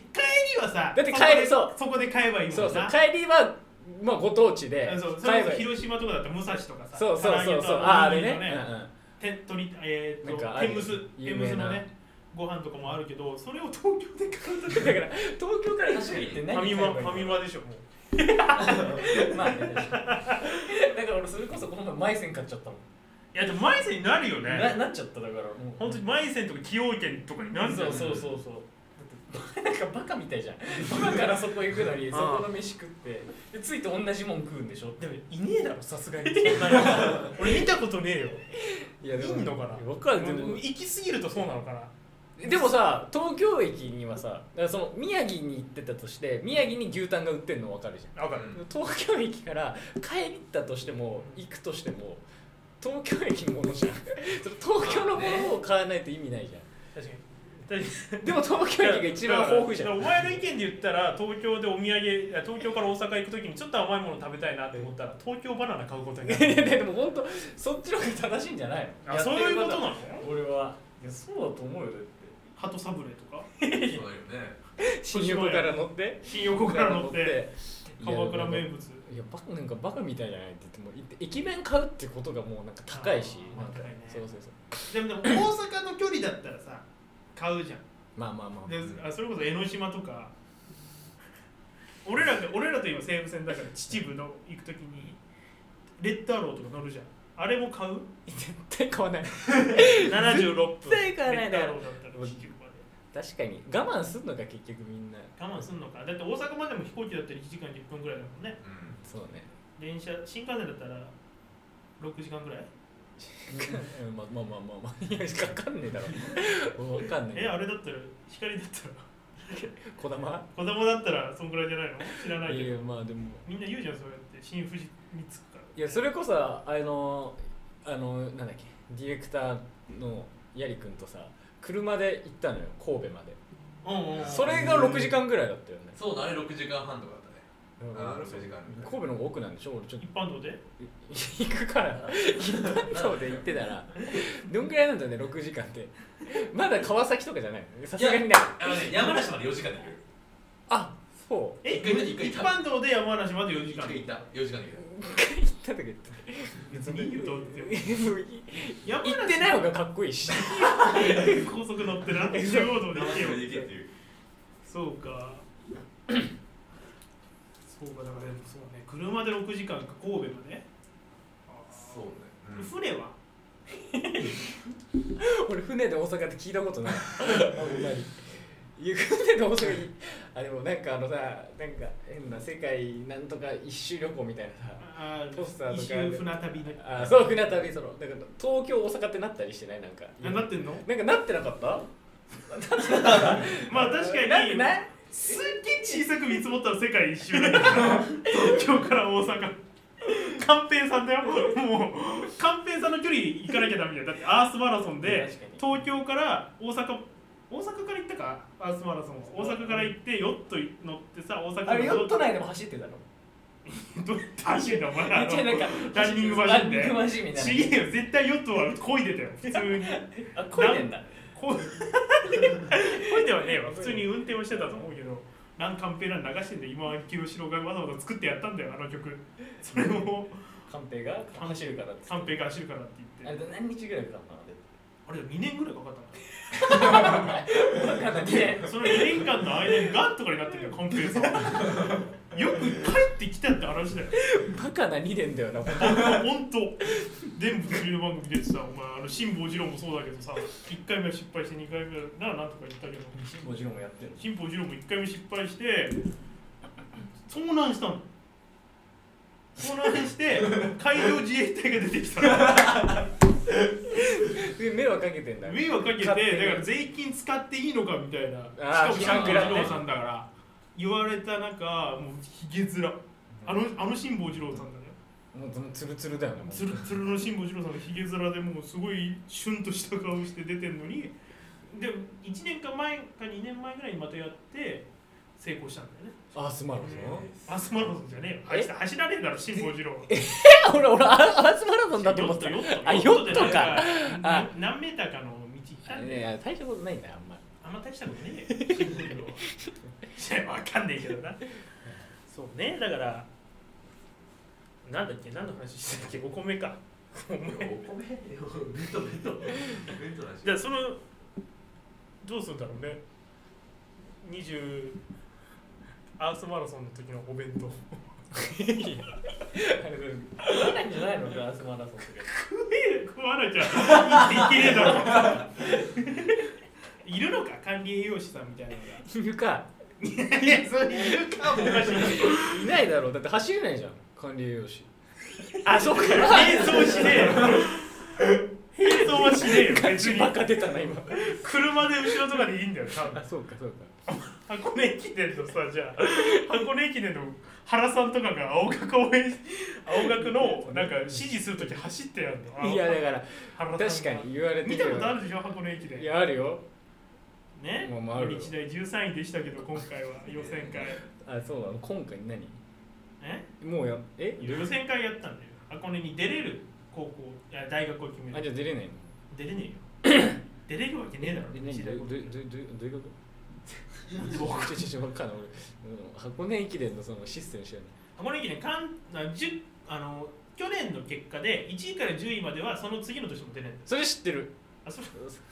[SPEAKER 2] りはさ
[SPEAKER 3] だって帰り
[SPEAKER 2] そこでそこで買えばいいもん
[SPEAKER 3] そ
[SPEAKER 2] な
[SPEAKER 3] うそう帰りはまあご当地で
[SPEAKER 2] あそうそ
[SPEAKER 3] 買
[SPEAKER 2] れ
[SPEAKER 3] え
[SPEAKER 2] こ
[SPEAKER 3] ば
[SPEAKER 2] そ
[SPEAKER 3] いい
[SPEAKER 2] 広島とかだったら武蔵とかさ
[SPEAKER 3] そうそうそうそうあ
[SPEAKER 2] あ
[SPEAKER 3] あ
[SPEAKER 2] れ
[SPEAKER 3] れ
[SPEAKER 2] ね
[SPEAKER 3] ねうんうん
[SPEAKER 2] 天鳥えー、
[SPEAKER 3] なん
[SPEAKER 2] と
[SPEAKER 3] かある
[SPEAKER 2] 天むす
[SPEAKER 3] 有
[SPEAKER 2] 天
[SPEAKER 3] 名
[SPEAKER 2] む
[SPEAKER 3] な
[SPEAKER 2] すのねご飯とかもあるけどそれを東京で買うとき
[SPEAKER 3] だから東京から一緒に行って
[SPEAKER 2] ファ
[SPEAKER 3] 何買
[SPEAKER 2] ミ
[SPEAKER 3] え
[SPEAKER 2] マ
[SPEAKER 3] ば
[SPEAKER 2] ファ
[SPEAKER 3] い
[SPEAKER 2] ミ
[SPEAKER 3] いの
[SPEAKER 2] マでしょもう
[SPEAKER 3] [LAUGHS] まあね確かにだから俺それこそこの前マイセン買っちゃったもん
[SPEAKER 2] いやでもマイセンになるよ
[SPEAKER 3] な
[SPEAKER 2] ね
[SPEAKER 3] なっちゃっただからもう
[SPEAKER 2] 本当にマイセンとか崎陽軒とかになるんだ
[SPEAKER 3] そ
[SPEAKER 2] よ、
[SPEAKER 3] う
[SPEAKER 2] ね、
[SPEAKER 3] そうそうそうだってなんかバカみたいじゃん今からそこ行くの
[SPEAKER 2] [LAUGHS]
[SPEAKER 3] に
[SPEAKER 2] うん
[SPEAKER 3] そこの飯食ってでついて同じもん食うんでしょでもいねえだろさすがに
[SPEAKER 2] 俺見たことねえよ
[SPEAKER 3] いや
[SPEAKER 2] いいのかな
[SPEAKER 3] 分かるで
[SPEAKER 2] でも
[SPEAKER 3] も
[SPEAKER 2] 行き過ぎるとそうなのかな
[SPEAKER 3] でもさ東京駅にはさだからその宮城に行ってたとして宮城に牛タンが売ってるの分かるじゃん
[SPEAKER 2] 分かる
[SPEAKER 3] 東京駅から帰りたとしても行くとしても東京駅のものじゃん [LAUGHS] その東京のものを買わないと意味ないじゃ
[SPEAKER 2] 確かに確かに [LAUGHS]
[SPEAKER 3] んでも東京駅が一番豊富じゃん
[SPEAKER 2] だからお前の意見で言ったら東京でお土産いや東京から大阪行く時にちょっと甘いもの食べたいなと思ったら東京バナナ買うことになる
[SPEAKER 3] でも本当そっちの方が正しいんじゃないの
[SPEAKER 2] あそういうことな
[SPEAKER 3] の
[SPEAKER 2] の
[SPEAKER 3] 俺はいやそうだと思うよだっ
[SPEAKER 2] 鳩サブレとか
[SPEAKER 4] そうだよね
[SPEAKER 3] て新横から乗って
[SPEAKER 2] 新横から乗って鎌倉
[SPEAKER 3] いや
[SPEAKER 2] 名物
[SPEAKER 3] いやバカなんかバカみたいじゃないって言っても行って駅弁買うってことがもうなんか高いし
[SPEAKER 2] あー
[SPEAKER 3] なんか
[SPEAKER 2] 高いね
[SPEAKER 3] そうそうそう
[SPEAKER 2] でもでも大阪の距離だったらさ買うじゃん
[SPEAKER 3] まあまあまあ
[SPEAKER 2] であそれこそ江ノ島とか俺らで俺らと今西武線だから秩父の行く時にレッドアローとか乗るじゃんあれも買う
[SPEAKER 3] 絶対買わない
[SPEAKER 2] 76分
[SPEAKER 3] 絶対買わな
[SPEAKER 2] レ
[SPEAKER 3] いだ
[SPEAKER 2] ッドア
[SPEAKER 3] ろ
[SPEAKER 2] ローだったら秩父ま
[SPEAKER 3] 確かに我慢すんのか結局みんな
[SPEAKER 2] で我慢すんのかだって大阪までも飛行機だったら1時間10分ぐらいだもんね
[SPEAKER 4] うん
[SPEAKER 3] そうね
[SPEAKER 2] 電車新幹線だったら6時間ぐらい
[SPEAKER 3] うんまあまあまあまあまあいやかかんねえだろわかんね
[SPEAKER 2] えあれだったら光だったら
[SPEAKER 3] こだま
[SPEAKER 2] 子供だったらそんぐらいじゃないの知らない
[SPEAKER 3] い
[SPEAKER 2] けど
[SPEAKER 3] やまあでも
[SPEAKER 2] みんな言うじゃんそうやって新富士に着くから
[SPEAKER 3] いやそれこそあのあのなんだっけディレクターのやりくんとさ車で行ったのよ神戸まで
[SPEAKER 2] うんうん
[SPEAKER 3] それが6時間ぐらいだったよね
[SPEAKER 4] そうだね6時間半とかだったねあー6時間
[SPEAKER 3] 神戸の方が奥なんでしょ俺ちょっと
[SPEAKER 2] 一般道で
[SPEAKER 3] 行くから一般道で行ってたらどんぐらいなんだね6時間ってまだ川崎とかじゃないのさすがにない
[SPEAKER 4] あのね山梨まで4時間で行ける
[SPEAKER 3] あそう
[SPEAKER 2] え
[SPEAKER 4] 一回行った一回
[SPEAKER 2] 一
[SPEAKER 4] 行った
[SPEAKER 2] 般道で山梨まで4時
[SPEAKER 4] 一
[SPEAKER 2] 間
[SPEAKER 4] 回行った4時間で行ける
[SPEAKER 3] 行ったとか言って
[SPEAKER 2] 別にいいよどうって
[SPEAKER 3] 行
[SPEAKER 2] 山梨
[SPEAKER 3] ってない方がかっこいいし
[SPEAKER 2] 高速乗って
[SPEAKER 3] [LAUGHS]
[SPEAKER 2] なって中央道で行けよ
[SPEAKER 4] で行けっていう
[SPEAKER 2] そうか [COUGHS] そうかだからでもそうね車で6時間か神戸まで
[SPEAKER 4] そうねうん
[SPEAKER 2] 船は
[SPEAKER 3] 俺船で大阪って聞いたことないあんまり行くってどうするあでもなんかあのさなんか変な世界なんとか一周旅行みたいなさ
[SPEAKER 5] あー
[SPEAKER 3] ポスターと
[SPEAKER 5] 一
[SPEAKER 3] か
[SPEAKER 5] 周船旅の
[SPEAKER 3] あそう船旅そのなんか東京大阪ってなったりしてないなんか
[SPEAKER 5] あなってんの
[SPEAKER 3] なんかなってなかった
[SPEAKER 2] まあ確か
[SPEAKER 3] な
[SPEAKER 2] に
[SPEAKER 3] な
[SPEAKER 2] すっげえ小さく見積もったら世界一周だけど東京から大阪寛平さんだよもう寛平さんの距離行かなきゃダメだよだってアースマラソンで
[SPEAKER 3] 確
[SPEAKER 2] 東京から大阪大阪から行ったかアースマラソン大阪から行ってヨット乗ってさ大阪
[SPEAKER 3] あれヨット
[SPEAKER 2] ない
[SPEAKER 3] 内でも走ってたの
[SPEAKER 2] どうやって走るんだお前
[SPEAKER 3] [LAUGHS] めっちゃなんか
[SPEAKER 2] ランニングマシンで
[SPEAKER 3] ランニングマシンみた
[SPEAKER 2] ち
[SPEAKER 3] い
[SPEAKER 2] げえよ絶対ヨットは漕いでたよ普通に
[SPEAKER 3] なあこいでんだ
[SPEAKER 2] こうこいではねえわ普通に運転をしてたと思うけど何カンペラ流してんで今清志郎がわざわざ作ってやったんだよあの曲それを
[SPEAKER 3] カンペが走るからっつって
[SPEAKER 2] カンペが走るからって
[SPEAKER 3] あ
[SPEAKER 2] 言っ
[SPEAKER 3] れ
[SPEAKER 2] て
[SPEAKER 3] 何日ぐらいかかっ
[SPEAKER 2] あれ2年ぐらいかかった
[SPEAKER 3] たの分かんないね
[SPEAKER 2] なその2年間の間にガンとかになってるよカンペさんよく帰ってきたって話だよ
[SPEAKER 3] バカな2年だよな
[SPEAKER 2] 本当全部テレビ番組出てたお前あの辛坊治郎もそうだけどさ1回目は失敗して2回目ならなんとか言ったけど
[SPEAKER 3] 辛坊治郎もやってる
[SPEAKER 2] 辛坊治郎も1回目失敗して遭難したの遭難して海上自衛隊が出てきた
[SPEAKER 3] [LAUGHS]
[SPEAKER 2] の
[SPEAKER 3] で迷惑かけてんだ
[SPEAKER 2] 迷惑かけてだから税金使っていいのかみたいな
[SPEAKER 3] あー
[SPEAKER 2] しかも辛
[SPEAKER 3] 批判食らっ
[SPEAKER 2] 坊
[SPEAKER 3] て
[SPEAKER 2] 治郎さんだから言われた中もうひげ面あのあの辛坊治郎さんだね
[SPEAKER 3] もうずツルツルだよねもう
[SPEAKER 2] つるつるの辛坊治郎さんのひげ面でもうすごいシュンとした顔して出てんのにで1年か前か2年前ぐらいにまたやって成功したんだよね
[SPEAKER 3] アースマラソン
[SPEAKER 2] アスマラソンじゃねえよ走走られんだろ辛坊治郎
[SPEAKER 3] え俺俺アースマラソンだと思った
[SPEAKER 2] ヨット
[SPEAKER 3] あヨットか
[SPEAKER 2] でなん
[SPEAKER 3] あ
[SPEAKER 2] 何メーターかの道行ったん
[SPEAKER 3] い
[SPEAKER 2] で
[SPEAKER 3] や大したことないんだよあんま
[SPEAKER 2] あんま大したことねえよ辛坊治郎わかんねえけどなそうねだからなんだっけ何の話してたっけ5個目かお前
[SPEAKER 4] お米ベッドベッドベッドだし
[SPEAKER 2] じゃあそのどうするんだろうね20アースマラソンの時のお弁当
[SPEAKER 3] 食わないんじゃないのフランスマラソンとか
[SPEAKER 2] 食わなきゃ生きていけねえだろいるのか管理栄養士さんみたいなのが
[SPEAKER 3] いるか [LAUGHS]
[SPEAKER 2] いやそれいるかもおかしい
[SPEAKER 3] いないだろうだって走れないじゃん管理栄養士あそうか
[SPEAKER 2] 並走しねえよ並走はしねえよ別に
[SPEAKER 3] バカ出たな今
[SPEAKER 2] 車で後ろとかでいいんだよ多分
[SPEAKER 3] あ [LAUGHS] そうかそうか
[SPEAKER 2] 箱根駅伝のさじゃあ箱根駅伝の原さんとかが青学応援し青学のなんか支持するとき走ってやるの
[SPEAKER 3] いやだから
[SPEAKER 2] 原さんが
[SPEAKER 3] 確かに言われて
[SPEAKER 2] 見たことあるでしょ箱根駅伝
[SPEAKER 3] いやあるよ
[SPEAKER 2] ね
[SPEAKER 3] まあまああるよ
[SPEAKER 2] 日大13位でしたけど今回は予選会
[SPEAKER 3] あそうなの今回何
[SPEAKER 2] え
[SPEAKER 3] もうやえ
[SPEAKER 2] 予選会やったんだよ箱根に出れる高校いや大学を決め
[SPEAKER 3] あじ
[SPEAKER 2] る
[SPEAKER 3] ゃあ出れないの
[SPEAKER 2] 出れねえよ
[SPEAKER 3] [COUGHS]
[SPEAKER 2] 出れるわけねえだろ
[SPEAKER 3] え何
[SPEAKER 2] 日
[SPEAKER 3] ど
[SPEAKER 2] 大
[SPEAKER 3] うどうどうどうどういうこと [LAUGHS] ちょちょちょわかんない俺うん箱根駅伝のそのシステム知らない
[SPEAKER 2] 箱根駅伝かんあ10あの去年の結果で1位から10位まではその次の年も出ないんだよ
[SPEAKER 3] それ知ってる
[SPEAKER 2] あそれ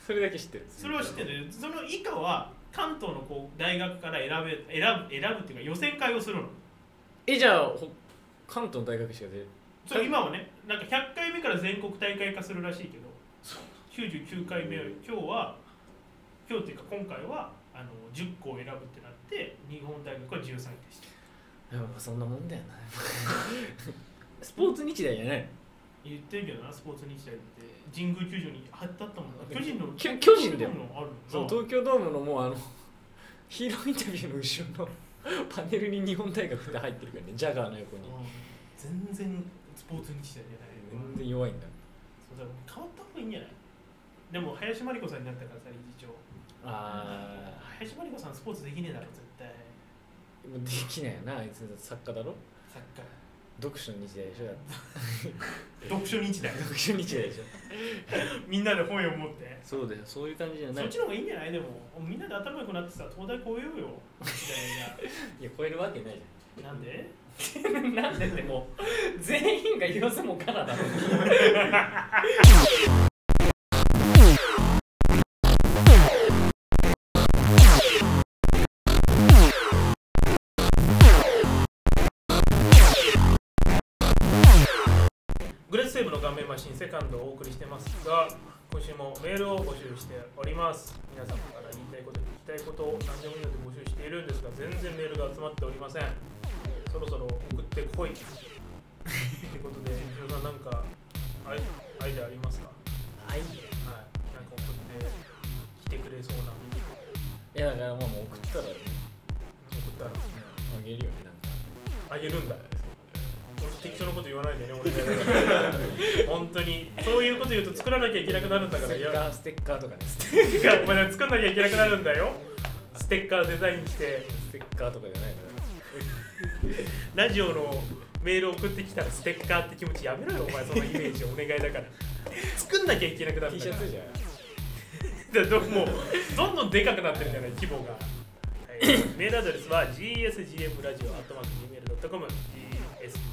[SPEAKER 3] それだけ知ってる
[SPEAKER 2] それを知ってるその以下は関東のこう大学から選べ選ぶ選ぶっていうか予選会をするの
[SPEAKER 3] えじゃあほ関東の大学しか出る
[SPEAKER 2] それ今はねなんか100回目から全国大会化するらしいけど99回目今日は今日っていうか今回はあの10校選ぶってなって日本大学は13位でした
[SPEAKER 3] やっぱそんなもんだよなスポーツ日大じゃない
[SPEAKER 2] 言ってるけどなスポーツ日大って神宮球場に貼ってあったもんな巨人の
[SPEAKER 3] きょ巨人だよ
[SPEAKER 2] 巨のある
[SPEAKER 3] その
[SPEAKER 2] のな
[SPEAKER 3] 東京ドームのもうあの [LAUGHS] ヒーローインタビューの後ろの [LAUGHS] パネルに日本大学って入ってるからねジャガーの横に
[SPEAKER 2] うん全然スポーツ日大じゃない
[SPEAKER 3] 全然弱いんだ
[SPEAKER 2] そうだから変わった方がいいんじゃないでも林真理子さんになったからさ理事長
[SPEAKER 3] あ
[SPEAKER 2] 林真理子さんスポーツできねえだろ絶対
[SPEAKER 3] ーもうできないよなあいつ作家だろ
[SPEAKER 2] サッカー
[SPEAKER 3] 読書の日大でしょだって
[SPEAKER 2] 読書日大
[SPEAKER 3] [LAUGHS] 読書日大でしょ
[SPEAKER 2] みんなで本を持って
[SPEAKER 3] そうだよそういう感じじゃな
[SPEAKER 2] そっ
[SPEAKER 3] い
[SPEAKER 2] ちの方がいいんじゃないでもみんなで頭良くなってさ東大超えようよみた
[SPEAKER 3] いや超えるわけないじ
[SPEAKER 2] いななんで
[SPEAKER 3] ゃん [LAUGHS] なんでってもう全員が言わせもからだろ
[SPEAKER 2] グレースセーブの顔面マシンセカンドをお送りしてますが今週もメールを募集しております皆様から言いたいこと聞きたいこと何でもいいので募集しているんですが全然メールが集まっておりませんそろそろ送ってこいということで皆さんなんかアイアイデアありますか
[SPEAKER 3] あいい
[SPEAKER 2] はいなんか送ってきてくれそうな送
[SPEAKER 3] やだからもう送ったら
[SPEAKER 2] ったら
[SPEAKER 3] あげるよねなんか
[SPEAKER 2] あげるんだ俺適当なこと言わないでね俺本当にそういうこと言うと作らなきゃいけなくなるんだか
[SPEAKER 3] だからら
[SPEAKER 2] 嫌
[SPEAKER 3] ステッカーとかねステ
[SPEAKER 2] いやお前ら作んなきゃいけなくなるんだよステッカーデザインして
[SPEAKER 3] ッカーとかじゃないから
[SPEAKER 2] ラジオのメール送ってきたらステッカーって気持ちやめろよお前そのイメージお願いだから作んなきゃいけなくなるん
[SPEAKER 3] T
[SPEAKER 2] だか
[SPEAKER 3] シ
[SPEAKER 2] ら
[SPEAKER 3] ャツじゃ
[SPEAKER 2] だ
[SPEAKER 3] ん
[SPEAKER 2] からどうもどんどんでかくなってるじゃない規模が、はい、メールアドレスは gsgm ラジオ gmail.com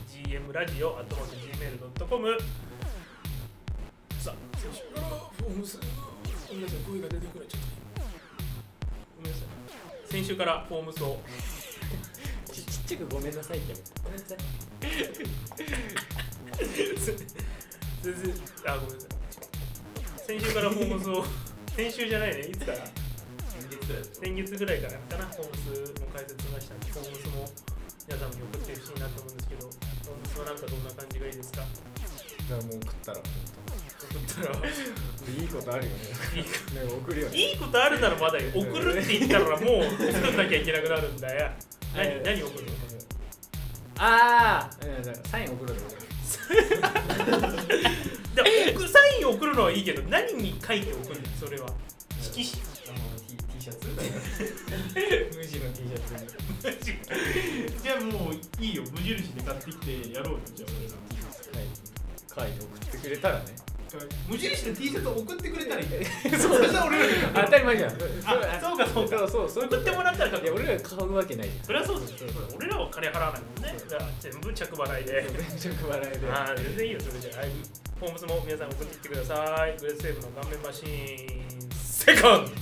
[SPEAKER 2] gsgm ラジオ gmail.com さあ先週からごめんなさい声が出てこないちょっとごめんなさい先週からフォームスを
[SPEAKER 3] ちちっちゃくごめんなさいってやめてごめんなさい
[SPEAKER 2] 全然あごめんなさい先週からフォームスを先週じゃないねいつから
[SPEAKER 4] 先月ぐらいですよ
[SPEAKER 2] 先月ぐらいからかな、ホームスも解説しましたんで、ホームスも皆さんに送ってほしいなと思うんですけど、ホームスはなんかどんな感じがいいですか
[SPEAKER 3] だからもう送ったら
[SPEAKER 2] 送ったら、い
[SPEAKER 3] いいことあるよねなんか送るよね
[SPEAKER 2] [LAUGHS] いことあるならまだよ、送るって言ったらもう作んなきゃいけなくなるん [LAUGHS] だよ。何、何送るの
[SPEAKER 3] ああだからサイン送るの
[SPEAKER 2] だから送サインを送るのはいいけど、何に書いて送るのそれは。色紙
[SPEAKER 4] あの T, T シャ
[SPEAKER 3] [LAUGHS]
[SPEAKER 4] ツ
[SPEAKER 3] 無地の T シャツに
[SPEAKER 5] じゃあもういいよ無印で買ってきてやろうよじゃあ俺ら
[SPEAKER 3] 書いて送ってくれたらね
[SPEAKER 5] 無印で T シャツ送ってくれたらい
[SPEAKER 3] [LAUGHS]
[SPEAKER 5] いそうそしたら俺らに
[SPEAKER 3] 当たり前じゃん
[SPEAKER 2] あそうかそうか
[SPEAKER 3] そうそう
[SPEAKER 2] 送ってもらったら書
[SPEAKER 3] いや
[SPEAKER 2] く。
[SPEAKER 3] 俺ら買うわけないじ
[SPEAKER 2] それはそうですよ。俺らは金払わないもんね。だから全部着払いで
[SPEAKER 3] ゃん。全職笑いで
[SPEAKER 2] ああ、全然いいよ、それじゃあ。はい、ホームズも皆さん送ってきてください。グレースセーブの顔面マシーン、セカンド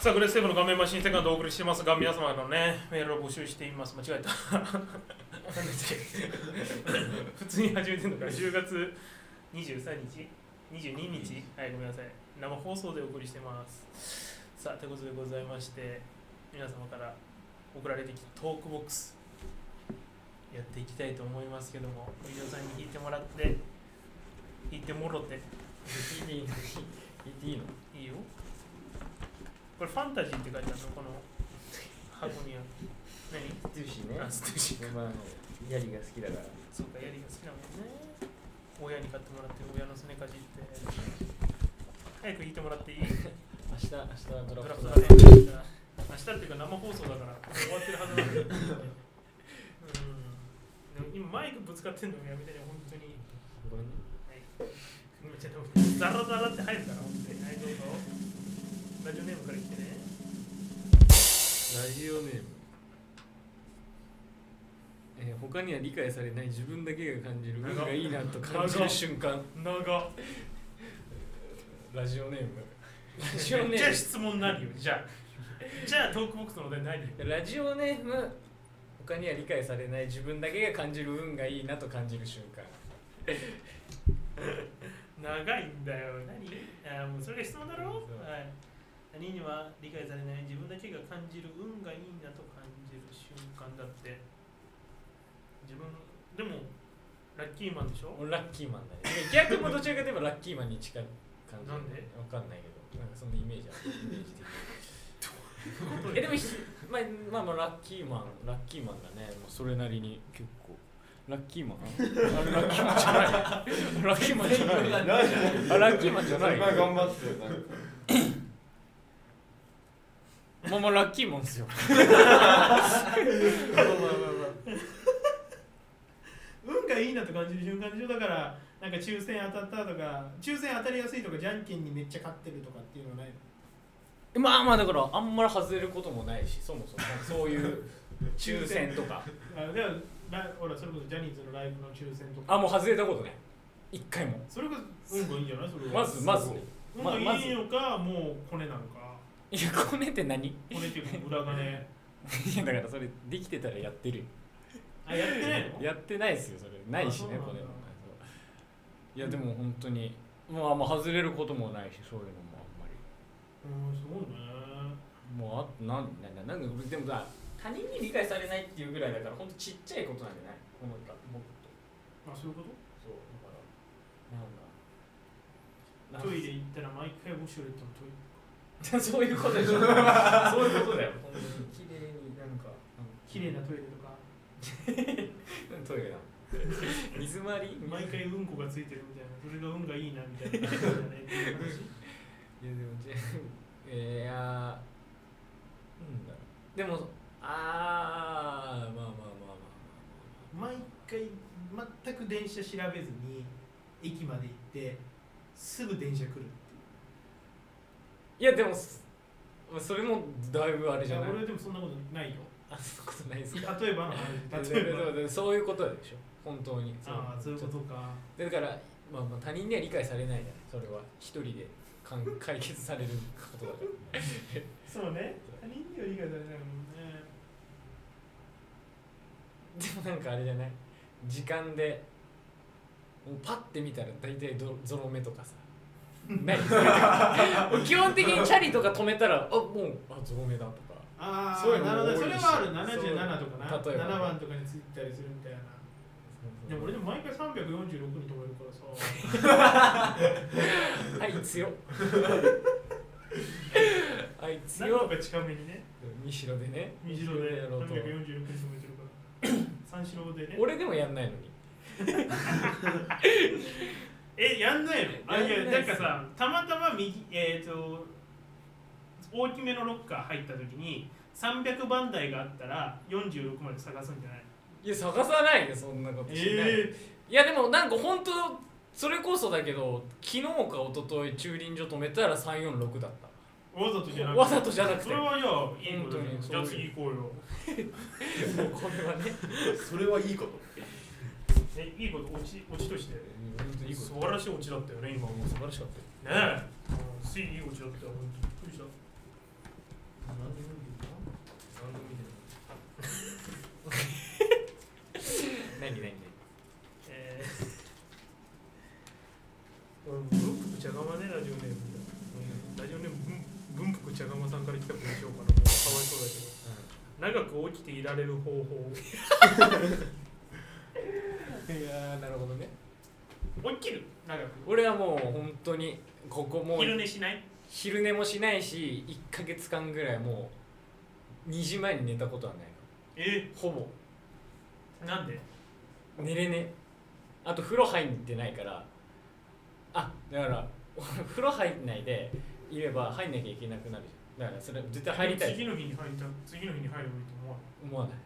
[SPEAKER 2] さあ、グレースセーブの顔面マシーンセカンドをお送りしてますが、皆様のね、メールを募集しています。間違えた。 [LAUGHS] なんだっけ普通に始めてるのか、10月23日 ?22 日はい、ごめんなさい。生放送でお送りしてます。さあ、ということでございまして、皆様から送られてきたトークボックス、やっていきたいと思いますけども、お嬢さんに弾いてもらって、弾いてもろて、
[SPEAKER 3] 聞いていいの聞いていいの
[SPEAKER 2] いいよ。これ、ファンタジーって書いてあるの、この箱には。何
[SPEAKER 3] ジューシーね
[SPEAKER 2] あ、ステージか。
[SPEAKER 3] まああのヤリが好きだから
[SPEAKER 2] そうか、槍が好きなもんね。親に買ってもらって、親のすねかじって。早く弾いてもらっていい
[SPEAKER 3] 明日明日ド
[SPEAKER 2] ド
[SPEAKER 3] ラ
[SPEAKER 2] ラ
[SPEAKER 3] フ
[SPEAKER 2] フト
[SPEAKER 3] ト
[SPEAKER 2] だ
[SPEAKER 3] だね
[SPEAKER 2] ね。明日明日っていうか生放送だから終わってるはずなんだけど。うん。でも今マイクぶつかってんのもやめてね、本当に。
[SPEAKER 3] ごめんね
[SPEAKER 2] はい。めっちゃダメザラザラって入るから、本当に。はい、どうぞ。ラジオネームから言ってね。
[SPEAKER 5] ラジオネーム、えー、他には理解されない自分だけが感じる運がいいなと感じる瞬間
[SPEAKER 2] 長っ。
[SPEAKER 5] ラジオネーム
[SPEAKER 3] ラジオネーム
[SPEAKER 2] じゃあ質問何よ、じゃあ。じゃあトークボックスのお題何よ。
[SPEAKER 3] ラジオネーム他には理解されない自分だけが感じる運がいいなと感じる瞬間
[SPEAKER 2] 長いんだよ何あーもうそれが質問だろ
[SPEAKER 3] そう
[SPEAKER 2] はい何には理解されない自分だけが感じる運がいいなと感じる瞬間だって自分でもラッキーマンでしょ
[SPEAKER 3] 俺ラッキーマンだねいや逆もどちらかといえばラッキーマンに近い感じ
[SPEAKER 2] なんで
[SPEAKER 3] わかんないけどなんかそんなイメージあるイメージ的に
[SPEAKER 2] え
[SPEAKER 3] えで
[SPEAKER 2] で
[SPEAKER 3] も
[SPEAKER 2] も
[SPEAKER 3] ひ、まあ、まあまあラッキーマンラッキーマンだねもうそれなりに結構ラッキーマンあれラッキーマンじゃないラッキーマンじゃない
[SPEAKER 1] なんで
[SPEAKER 3] あラッキーマンじゃ
[SPEAKER 1] そ
[SPEAKER 3] ない
[SPEAKER 1] んな頑張ってたなんか
[SPEAKER 3] まあまあラッキーマンっすよ
[SPEAKER 2] 運がいいなと感じる瞬間でしょだからなんか抽選当たったとか抽選当たりやすいとかじゃんけんにめっちゃ勝ってるとかっていうのはないの
[SPEAKER 3] まあまあだからあんまり外れることもないしそもそもそういう抽選とか
[SPEAKER 2] あでもラほらそれこそジャニーズのライブの抽選とか
[SPEAKER 3] あもう外れたことね一回も
[SPEAKER 2] それこそ運がいいんじゃないそれは
[SPEAKER 3] まずまず
[SPEAKER 2] 運
[SPEAKER 3] ま
[SPEAKER 2] が
[SPEAKER 3] ま
[SPEAKER 2] い
[SPEAKER 3] ず
[SPEAKER 2] いのかもうコネなのか
[SPEAKER 3] いやこねって何 [LAUGHS] い
[SPEAKER 2] これっていうか裏金
[SPEAKER 3] やだからそれできてたらやってるよ
[SPEAKER 2] あやってないの
[SPEAKER 3] やってないですよそれないし
[SPEAKER 2] あそ
[SPEAKER 3] ね
[SPEAKER 2] うなんだ
[SPEAKER 3] これもいやでも本当にもうあんま外れることもないしそういうのもあんまり
[SPEAKER 2] うんすごいね
[SPEAKER 3] もうあなんなんなんなんかでもさ他人に理解されないっていうぐらいだから本当ちっちゃいことなんじゃない思った僕と
[SPEAKER 2] あそういうこと
[SPEAKER 3] そうだからなんだ
[SPEAKER 2] トイレ行ったら毎回ウォシュレットのトイレ
[SPEAKER 3] レ [LAUGHS] そういうことでしょ [LAUGHS] そういうことだよ本当に綺麗になんか
[SPEAKER 2] 綺麗なトイレとか
[SPEAKER 3] うんトイレだ水回り
[SPEAKER 2] 毎回うんこがついてるみたいなそれが運がいいなみたいな感じだねっていう話
[SPEAKER 3] いやでもじゃあいやなんだろうでもあーまあまあまあまあ
[SPEAKER 2] 毎回全く電車調べずに駅まで行ってすぐ電車来るっていう
[SPEAKER 3] いやでもすそれもだいぶあれじゃない
[SPEAKER 2] 俺でもそんなことないよ
[SPEAKER 3] あそんなことないですか
[SPEAKER 2] 例えばの話例えば
[SPEAKER 3] で [LAUGHS] そういうことでしょ本当に
[SPEAKER 2] ああそういうことか
[SPEAKER 3] だから、まあ、まあ他人には理解されないじゃないそれは一人でかん解決されることだから
[SPEAKER 2] そうね他人には理解されないもんね
[SPEAKER 3] でもなんかあれじゃない時間でもうパッて見たら大体どゾロ目とかさない基本的にチャリとか止めたらあもうあゾロ目 [LAUGHS] だとか
[SPEAKER 2] ああ
[SPEAKER 3] そういうの
[SPEAKER 2] なるほど
[SPEAKER 3] 多
[SPEAKER 2] そ
[SPEAKER 3] いし
[SPEAKER 2] れはある77とかな
[SPEAKER 3] そう例えば
[SPEAKER 2] 7番とかについたりするみたいなでも俺でも毎回346に止めるからさ
[SPEAKER 3] [LAUGHS] あいつよ [LAUGHS] あいつ
[SPEAKER 2] 何と
[SPEAKER 3] よ
[SPEAKER 2] か近めにね
[SPEAKER 3] 見しろでね
[SPEAKER 2] 二次郎で
[SPEAKER 3] やろうと
[SPEAKER 2] 346に止めてる
[SPEAKER 3] [LAUGHS]
[SPEAKER 2] から三四郎でね
[SPEAKER 3] 俺でもやんないのに
[SPEAKER 2] えやんないのあい
[SPEAKER 3] や
[SPEAKER 2] や
[SPEAKER 3] んな
[SPEAKER 2] ない
[SPEAKER 3] っ
[SPEAKER 2] ん
[SPEAKER 3] す
[SPEAKER 2] かさたまたま右えっ、と大きめのロッカー入った時に300番台があったら46まで探すんじゃない
[SPEAKER 3] いや探さないでそんなことしない、いやでもなんか本当それこそだけど昨日か一昨日駐輪場止めたら346だっ
[SPEAKER 2] わざとじゃな
[SPEAKER 3] た
[SPEAKER 2] くて
[SPEAKER 3] わざとじゃなく
[SPEAKER 2] そ
[SPEAKER 3] て
[SPEAKER 2] れ
[SPEAKER 3] もう
[SPEAKER 2] はじゃあいいことだね
[SPEAKER 3] 本当に
[SPEAKER 2] じゃあ次行こうよ
[SPEAKER 3] これはね
[SPEAKER 4] それはいいこと
[SPEAKER 2] えいいこと落ち落ちとして
[SPEAKER 3] いいこと
[SPEAKER 2] 素晴らしいオチだったよね今もね
[SPEAKER 3] 素晴らしかった
[SPEAKER 2] えついにいいオチだったよ本当にびっくりした
[SPEAKER 4] 何でも見てるの何でも見てる
[SPEAKER 3] 何何何
[SPEAKER 2] え [LAUGHS] ー、俺文福茶釜ねラジオネームラジオネーム文文福茶釜さんから来たことにしようかなかわいそうだけど、長く起きていられる方法
[SPEAKER 3] いやーなるほどね
[SPEAKER 2] 起きる長く
[SPEAKER 3] 俺はもう本当にここもう
[SPEAKER 2] 昼寝しない
[SPEAKER 3] 昼寝もしないし1ヶ月間ぐらいもう2時前に寝たことはない
[SPEAKER 2] え
[SPEAKER 3] のほぼ
[SPEAKER 2] なんで
[SPEAKER 3] 寝れねあと風呂入ってないからあだから [LAUGHS] 俺風呂入んないでいれば入んなきゃいけなくなるじゃんだからそれ絶対入りたい
[SPEAKER 2] 次の日に入りた次の日に入ればいいと思わない
[SPEAKER 3] 思わない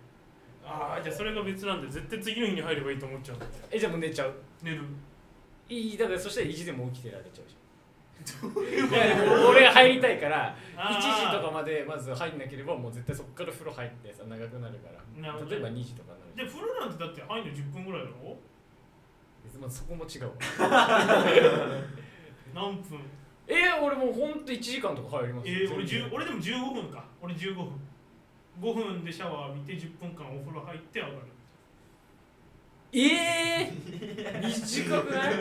[SPEAKER 2] ああじゃあそれが別なんで絶対次の日に入ればいいと思っちゃうんだよ
[SPEAKER 3] えじゃあもう寝ちゃう
[SPEAKER 2] 寝る
[SPEAKER 3] いいだからそしたら意地でも起きてられちゃうじゃんいやでも俺が入りたいから1時とかまでまず入んなければもう絶対そこから風呂入ってさ長くなるから
[SPEAKER 2] なるほど
[SPEAKER 3] 例えば2時とかになる
[SPEAKER 2] で
[SPEAKER 3] じゃん
[SPEAKER 2] 風呂なんてだって入るの10分ぐらいだろ
[SPEAKER 3] まあ、そこも違うわ
[SPEAKER 2] 何分
[SPEAKER 3] え俺もうほんと1時間とか入ります
[SPEAKER 2] えー、俺
[SPEAKER 3] 全
[SPEAKER 2] 10
[SPEAKER 3] 然
[SPEAKER 2] 俺でも15分か俺15分5分でシャワー浴びて10分間お風呂入って上がる
[SPEAKER 3] [LAUGHS] えー、短くない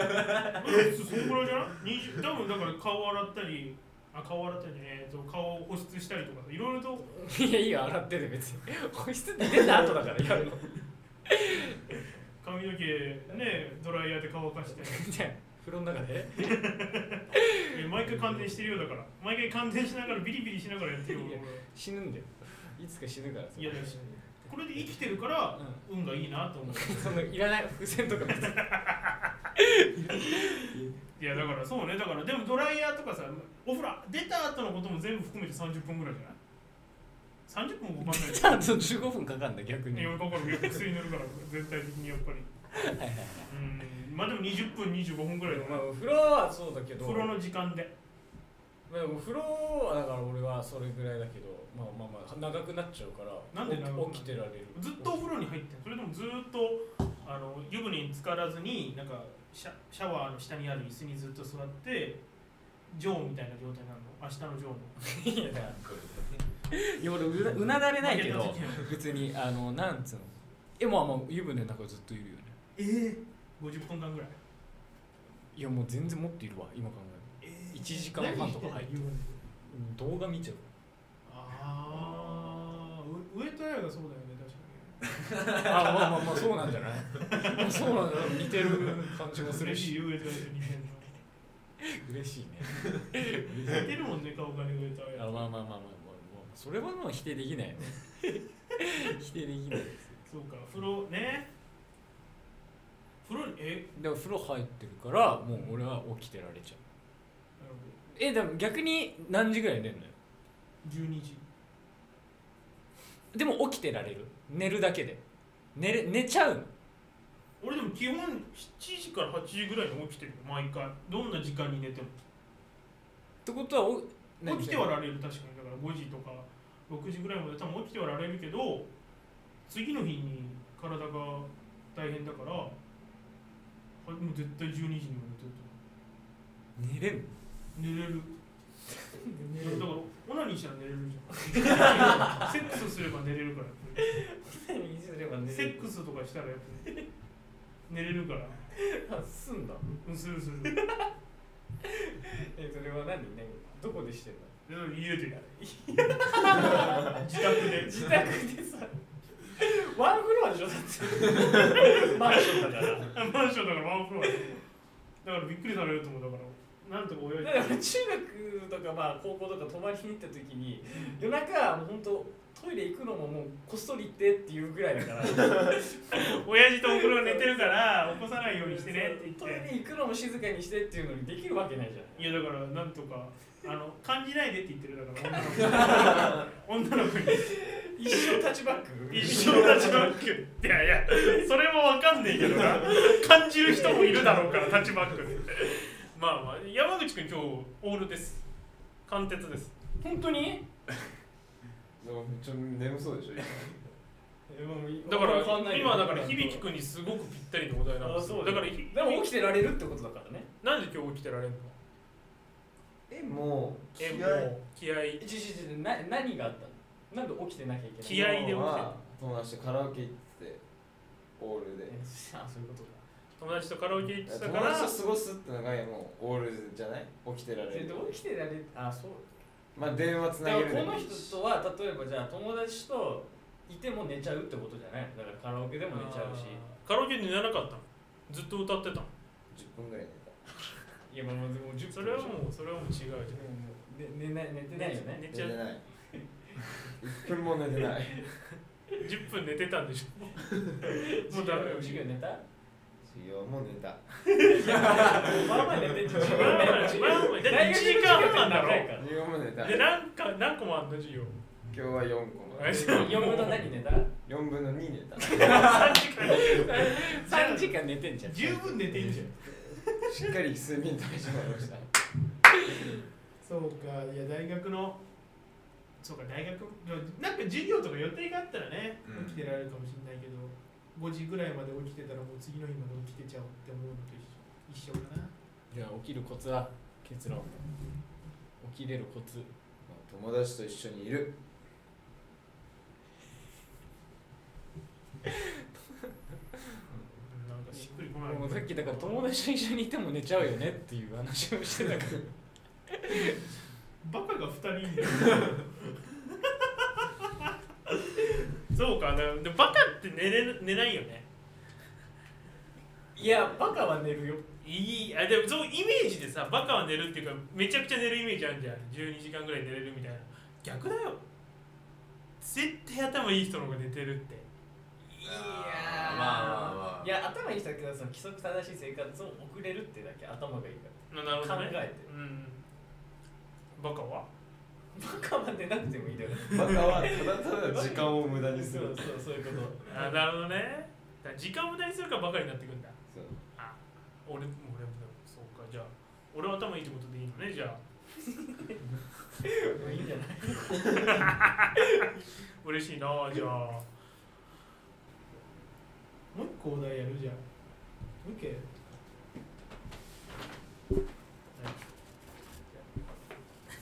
[SPEAKER 2] えそそんぐらいじゃない20多分だから顔洗ったりあ顔洗ったりねえーと顔を保湿したりとかいろいろと
[SPEAKER 3] いやいいよ洗ってて別に保湿で出た後だからやるの
[SPEAKER 2] 髪の毛ねドライヤーで乾かして
[SPEAKER 3] じゃあ風呂の中で
[SPEAKER 2] え毎回感電してるようだから毎回感電しながらビリビリしながらやってるよ
[SPEAKER 3] いや死ぬんだよいつか死ぬからそ
[SPEAKER 2] 俺い
[SPEAKER 3] れ
[SPEAKER 2] やだしこれで生きてるから運がいいなと思う
[SPEAKER 3] そのいらない付箋とか別に
[SPEAKER 2] いやだからそうねだからでもドライヤーとかさお風呂出た後のことも全部含めて30分ぐらいじゃない ?30 分もかかんない
[SPEAKER 3] 出た後15分かかんだ逆に
[SPEAKER 2] いや俺だから薬薬塗るから全体的にやっぱりうんまあでも20分25分ぐらいだ
[SPEAKER 3] まあ
[SPEAKER 2] な
[SPEAKER 3] お風呂はそうだけど
[SPEAKER 2] 風呂の時間で
[SPEAKER 3] まあ、お風呂はだから俺はそれぐらいだけどまあまあまあ長くなっちゃうから
[SPEAKER 2] なんで長くなる
[SPEAKER 3] 起きてられる
[SPEAKER 2] ずっとお風呂に入ってんそれでもずっとあの湯船に浸からずになんかシャシャワーの下にある椅子にずっと座ってジョーみたいな状態なの明日のジョーの
[SPEAKER 3] いやだからいや俺うなうなだれないけ
[SPEAKER 2] いや
[SPEAKER 3] ど別にあのなんつうのえまあまあ湯船の中ずっといるよね
[SPEAKER 2] ええ50分間ぐらい
[SPEAKER 5] いやもう全然もっといるわ今考え一時間半とか入って
[SPEAKER 4] る
[SPEAKER 5] るうん動画見ちゃう
[SPEAKER 2] ああ上とやがそうだよね確かに
[SPEAKER 5] あまあまあまあそうなんじゃない
[SPEAKER 3] [LAUGHS]
[SPEAKER 5] そうなんだ似てる感じもするし
[SPEAKER 2] 上とやと似てる
[SPEAKER 5] 嬉しいね
[SPEAKER 2] な似てるもんね顔がね上とや
[SPEAKER 5] あまあまあまあまあまあまあそれはもう否定できない
[SPEAKER 2] [LAUGHS]
[SPEAKER 5] よね否定できない
[SPEAKER 2] そうか風呂ね風呂にえ
[SPEAKER 5] でも風呂入ってるからもう俺は起きてられちゃう
[SPEAKER 2] なるほ
[SPEAKER 5] えでも逆に何時ぐらい寝るのよ
[SPEAKER 2] ど12時
[SPEAKER 5] でも起きてられる寝るだけで寝れ寝ちゃうの
[SPEAKER 2] 俺でも基本7時から8時ぐらいに起きてるよ毎回どんな時間に寝ても
[SPEAKER 5] ってことはお何
[SPEAKER 2] 起きてはられる確かにだから5時とか6時ぐらいまで多分起きてはられるけど次の日に体が大変だからはもう絶対12時にも寝て
[SPEAKER 5] 寝
[SPEAKER 2] ると
[SPEAKER 5] れんの
[SPEAKER 2] 寝れるだからオナニーしたら寝れるじゃんセックスすれば寝れるからセックスとかしたらやっぱね寝れるから
[SPEAKER 3] すんだ
[SPEAKER 2] うんするするでだか
[SPEAKER 3] えそれは何何どこでしてんだ
[SPEAKER 2] ら家で自宅で
[SPEAKER 3] 自宅で
[SPEAKER 2] [LAUGHS]
[SPEAKER 3] さワンフロアでしょだ
[SPEAKER 2] [LAUGHS]
[SPEAKER 3] ってマンションだからだ
[SPEAKER 2] マンションだからワンフロアだからびっくりされると思うだからなんとか親父
[SPEAKER 3] から中学とかまあ高校とか泊まりに行った時に夜中もう本当トイレ行くのももうこっそり行ってっていうぐらいだから
[SPEAKER 2] [LAUGHS] 親父とお風呂寝てるから起こさないようにしてねって
[SPEAKER 3] ト
[SPEAKER 2] 言
[SPEAKER 3] イ
[SPEAKER 2] って
[SPEAKER 3] レ行くのも静かにしてっていうのにできるわけないじゃん
[SPEAKER 2] いやだからなんとかあの感じないでって言ってるだから女の子に女の子に
[SPEAKER 3] 一生タッチバック
[SPEAKER 2] 一生立ちバックいやいやそれもわかんねえけどな感じる人もいるだろうから立ちバックってまあまあ山口君今日オールです貫徹です
[SPEAKER 3] 本当に
[SPEAKER 1] ちょっと眠そうでしょ今
[SPEAKER 2] だから
[SPEAKER 3] わんないよ
[SPEAKER 2] 今だから響君にすごくぴったりのお題なんです
[SPEAKER 3] あそう
[SPEAKER 2] だか
[SPEAKER 3] だ
[SPEAKER 2] らひ
[SPEAKER 3] でも起きてられるってことだからね
[SPEAKER 2] なんで今日起きてられんの
[SPEAKER 1] えもう
[SPEAKER 2] え
[SPEAKER 1] 気
[SPEAKER 2] も
[SPEAKER 1] 合
[SPEAKER 2] う気合
[SPEAKER 3] ちょちょちょな何があったのなんで起きてなきゃいけない
[SPEAKER 2] 気合で起きて
[SPEAKER 1] は友達とカラオケ行っててオールで
[SPEAKER 3] えあそういうことか
[SPEAKER 2] 友達とカラオケ行ってたか
[SPEAKER 1] 友
[SPEAKER 2] ら
[SPEAKER 1] 達と過ごすってのがもうオールじゃない起きてられる
[SPEAKER 3] で起きてられあそう
[SPEAKER 1] まあ電話つ
[SPEAKER 3] だ
[SPEAKER 1] な
[SPEAKER 3] か
[SPEAKER 1] げ
[SPEAKER 3] ら
[SPEAKER 1] るで
[SPEAKER 3] こ
[SPEAKER 1] も
[SPEAKER 3] の
[SPEAKER 1] いいし
[SPEAKER 3] 人とは例えばじゃあ友達といても寝ちゃうってことじゃないだからカラオケでも寝ちゃうし
[SPEAKER 2] あーカラオケで寝なかったのずっと歌ってたの
[SPEAKER 1] 10分ぐらい寝た
[SPEAKER 3] いやまあもうでも10分
[SPEAKER 2] それはもうそれはもう違うじゃん
[SPEAKER 3] でもね寝ない寝てないよね
[SPEAKER 2] 寝
[SPEAKER 1] 寝
[SPEAKER 2] ちゃ
[SPEAKER 1] てない1分も寝てない
[SPEAKER 2] 10分寝てたんでしょ
[SPEAKER 3] [LAUGHS]
[SPEAKER 2] もうダメよ
[SPEAKER 3] 授業寝た
[SPEAKER 1] 授業も寝た
[SPEAKER 3] まあまあ寝てんじゃん
[SPEAKER 2] まあまあまあまあだって一時間半だろ
[SPEAKER 3] 大学の
[SPEAKER 1] 授業も寝た
[SPEAKER 2] で
[SPEAKER 1] 今
[SPEAKER 2] なんか何個もあんの授業 [LAUGHS]
[SPEAKER 1] 日は4個まで
[SPEAKER 2] え
[SPEAKER 3] 授 [LAUGHS] 業長いから4分の何寝た
[SPEAKER 1] 4分の2寝た
[SPEAKER 2] 3時間
[SPEAKER 3] 3時間寝てんじゃん
[SPEAKER 2] 十分寝てんじゃん
[SPEAKER 1] しっかり睡眠とれてもらいました
[SPEAKER 2] そうかいや大学のそうか大学なんか授業とか予定があったらね
[SPEAKER 4] うん
[SPEAKER 2] 起きてられるかもしれないけど、5時ぐらいまで起きてたらもう次の日まで起きてちゃうって思うのと一緒一緒かな
[SPEAKER 5] じゃあ起きるコツは結論起きれるコツ
[SPEAKER 1] 友達と一緒にいる
[SPEAKER 2] なんかしっくりこない
[SPEAKER 5] もうさっきだから友達と一緒にいても寝ちゃうよねっていう話をしてたから
[SPEAKER 2] バカが2人いんだ
[SPEAKER 5] [LAUGHS]
[SPEAKER 2] よそうかなでもバカって寝れる寝ないよね
[SPEAKER 3] いやバカは寝るよ
[SPEAKER 2] いいあでもそうイメージでさバカは寝るっていうかめちゃくちゃ寝るイメージあるじゃん12時間ぐらい寝れるみたいな逆だよ絶対頭いい人の方が寝てるって
[SPEAKER 3] い
[SPEAKER 4] あーまあまあまあ
[SPEAKER 3] いや頭いい人だけどその規則正しい生活を送れるってだけ頭がいいか
[SPEAKER 2] ななるほどね
[SPEAKER 3] 考えて
[SPEAKER 2] うんバカは
[SPEAKER 3] らバカは寝なくてもいいだろ
[SPEAKER 1] バカはただただ時間を無駄にす
[SPEAKER 3] そう
[SPEAKER 1] る
[SPEAKER 3] そうそういうこと
[SPEAKER 2] あなるほどねだから時間無駄にするからバカになってくんだ
[SPEAKER 1] そう
[SPEAKER 2] あ俺俺もそうかじゃあ俺は頭いいってことでいいのねじゃあ
[SPEAKER 3] もういいんじゃない
[SPEAKER 2] 嬉しいなじゃあもう一個お題やるじゃんオッケー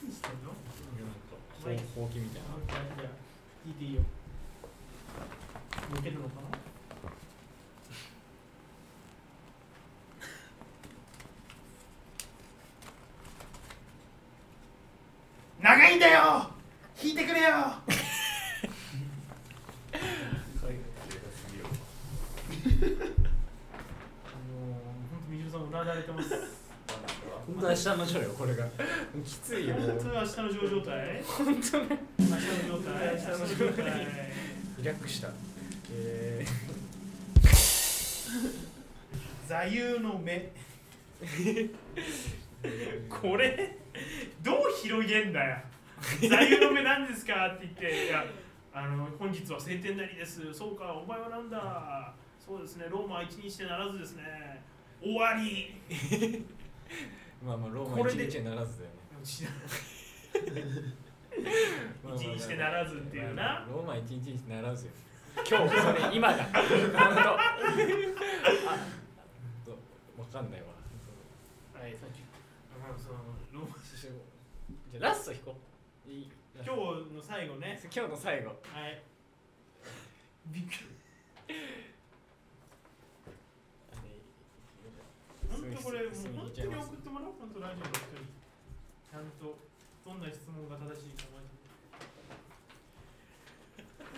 [SPEAKER 2] 何してんの
[SPEAKER 5] なんかほうほうきみたいな
[SPEAKER 2] じゃあ聞いていいよボケるのかな
[SPEAKER 4] ないんだよ引いてくれよ
[SPEAKER 2] 本当みじるさん裏られてます
[SPEAKER 3] [LAUGHS] 本当明日の上よこれがもうきついよも
[SPEAKER 2] 本
[SPEAKER 3] う
[SPEAKER 2] 当に明日の上状態本当ね明日の状態明日の状態
[SPEAKER 3] リラックスしたえ
[SPEAKER 4] 座右の目
[SPEAKER 2] これどう広げんだよ座右の目なんですかって言っていやあの本日は晴天なりですそうかお前はなんだそうですねローマは一にしてならずですね終わり
[SPEAKER 3] [LAUGHS] ー、まあまあローマ
[SPEAKER 2] これ
[SPEAKER 3] 一
[SPEAKER 2] で
[SPEAKER 3] 日にならずだよね
[SPEAKER 2] 一
[SPEAKER 3] まあまあ
[SPEAKER 2] にしてならずっていう
[SPEAKER 3] まあ
[SPEAKER 2] な
[SPEAKER 3] ローマ一日にならずよ今日それ今だ本当あどわかんないわ
[SPEAKER 2] はいさっきあのそのローマ
[SPEAKER 3] じゃあラスト引こういい
[SPEAKER 2] 今日の最後ね
[SPEAKER 3] 今日の最後 [LAUGHS]
[SPEAKER 2] はいびっくり
[SPEAKER 3] あれ
[SPEAKER 2] 本当これもう
[SPEAKER 3] すぐ
[SPEAKER 2] 本
[SPEAKER 3] 行っち
[SPEAKER 2] 当
[SPEAKER 3] ゃい
[SPEAKER 2] に
[SPEAKER 3] ます
[SPEAKER 2] 送ってもらおう本当ラジオの人にちゃんとどんな質問が正しいかマジで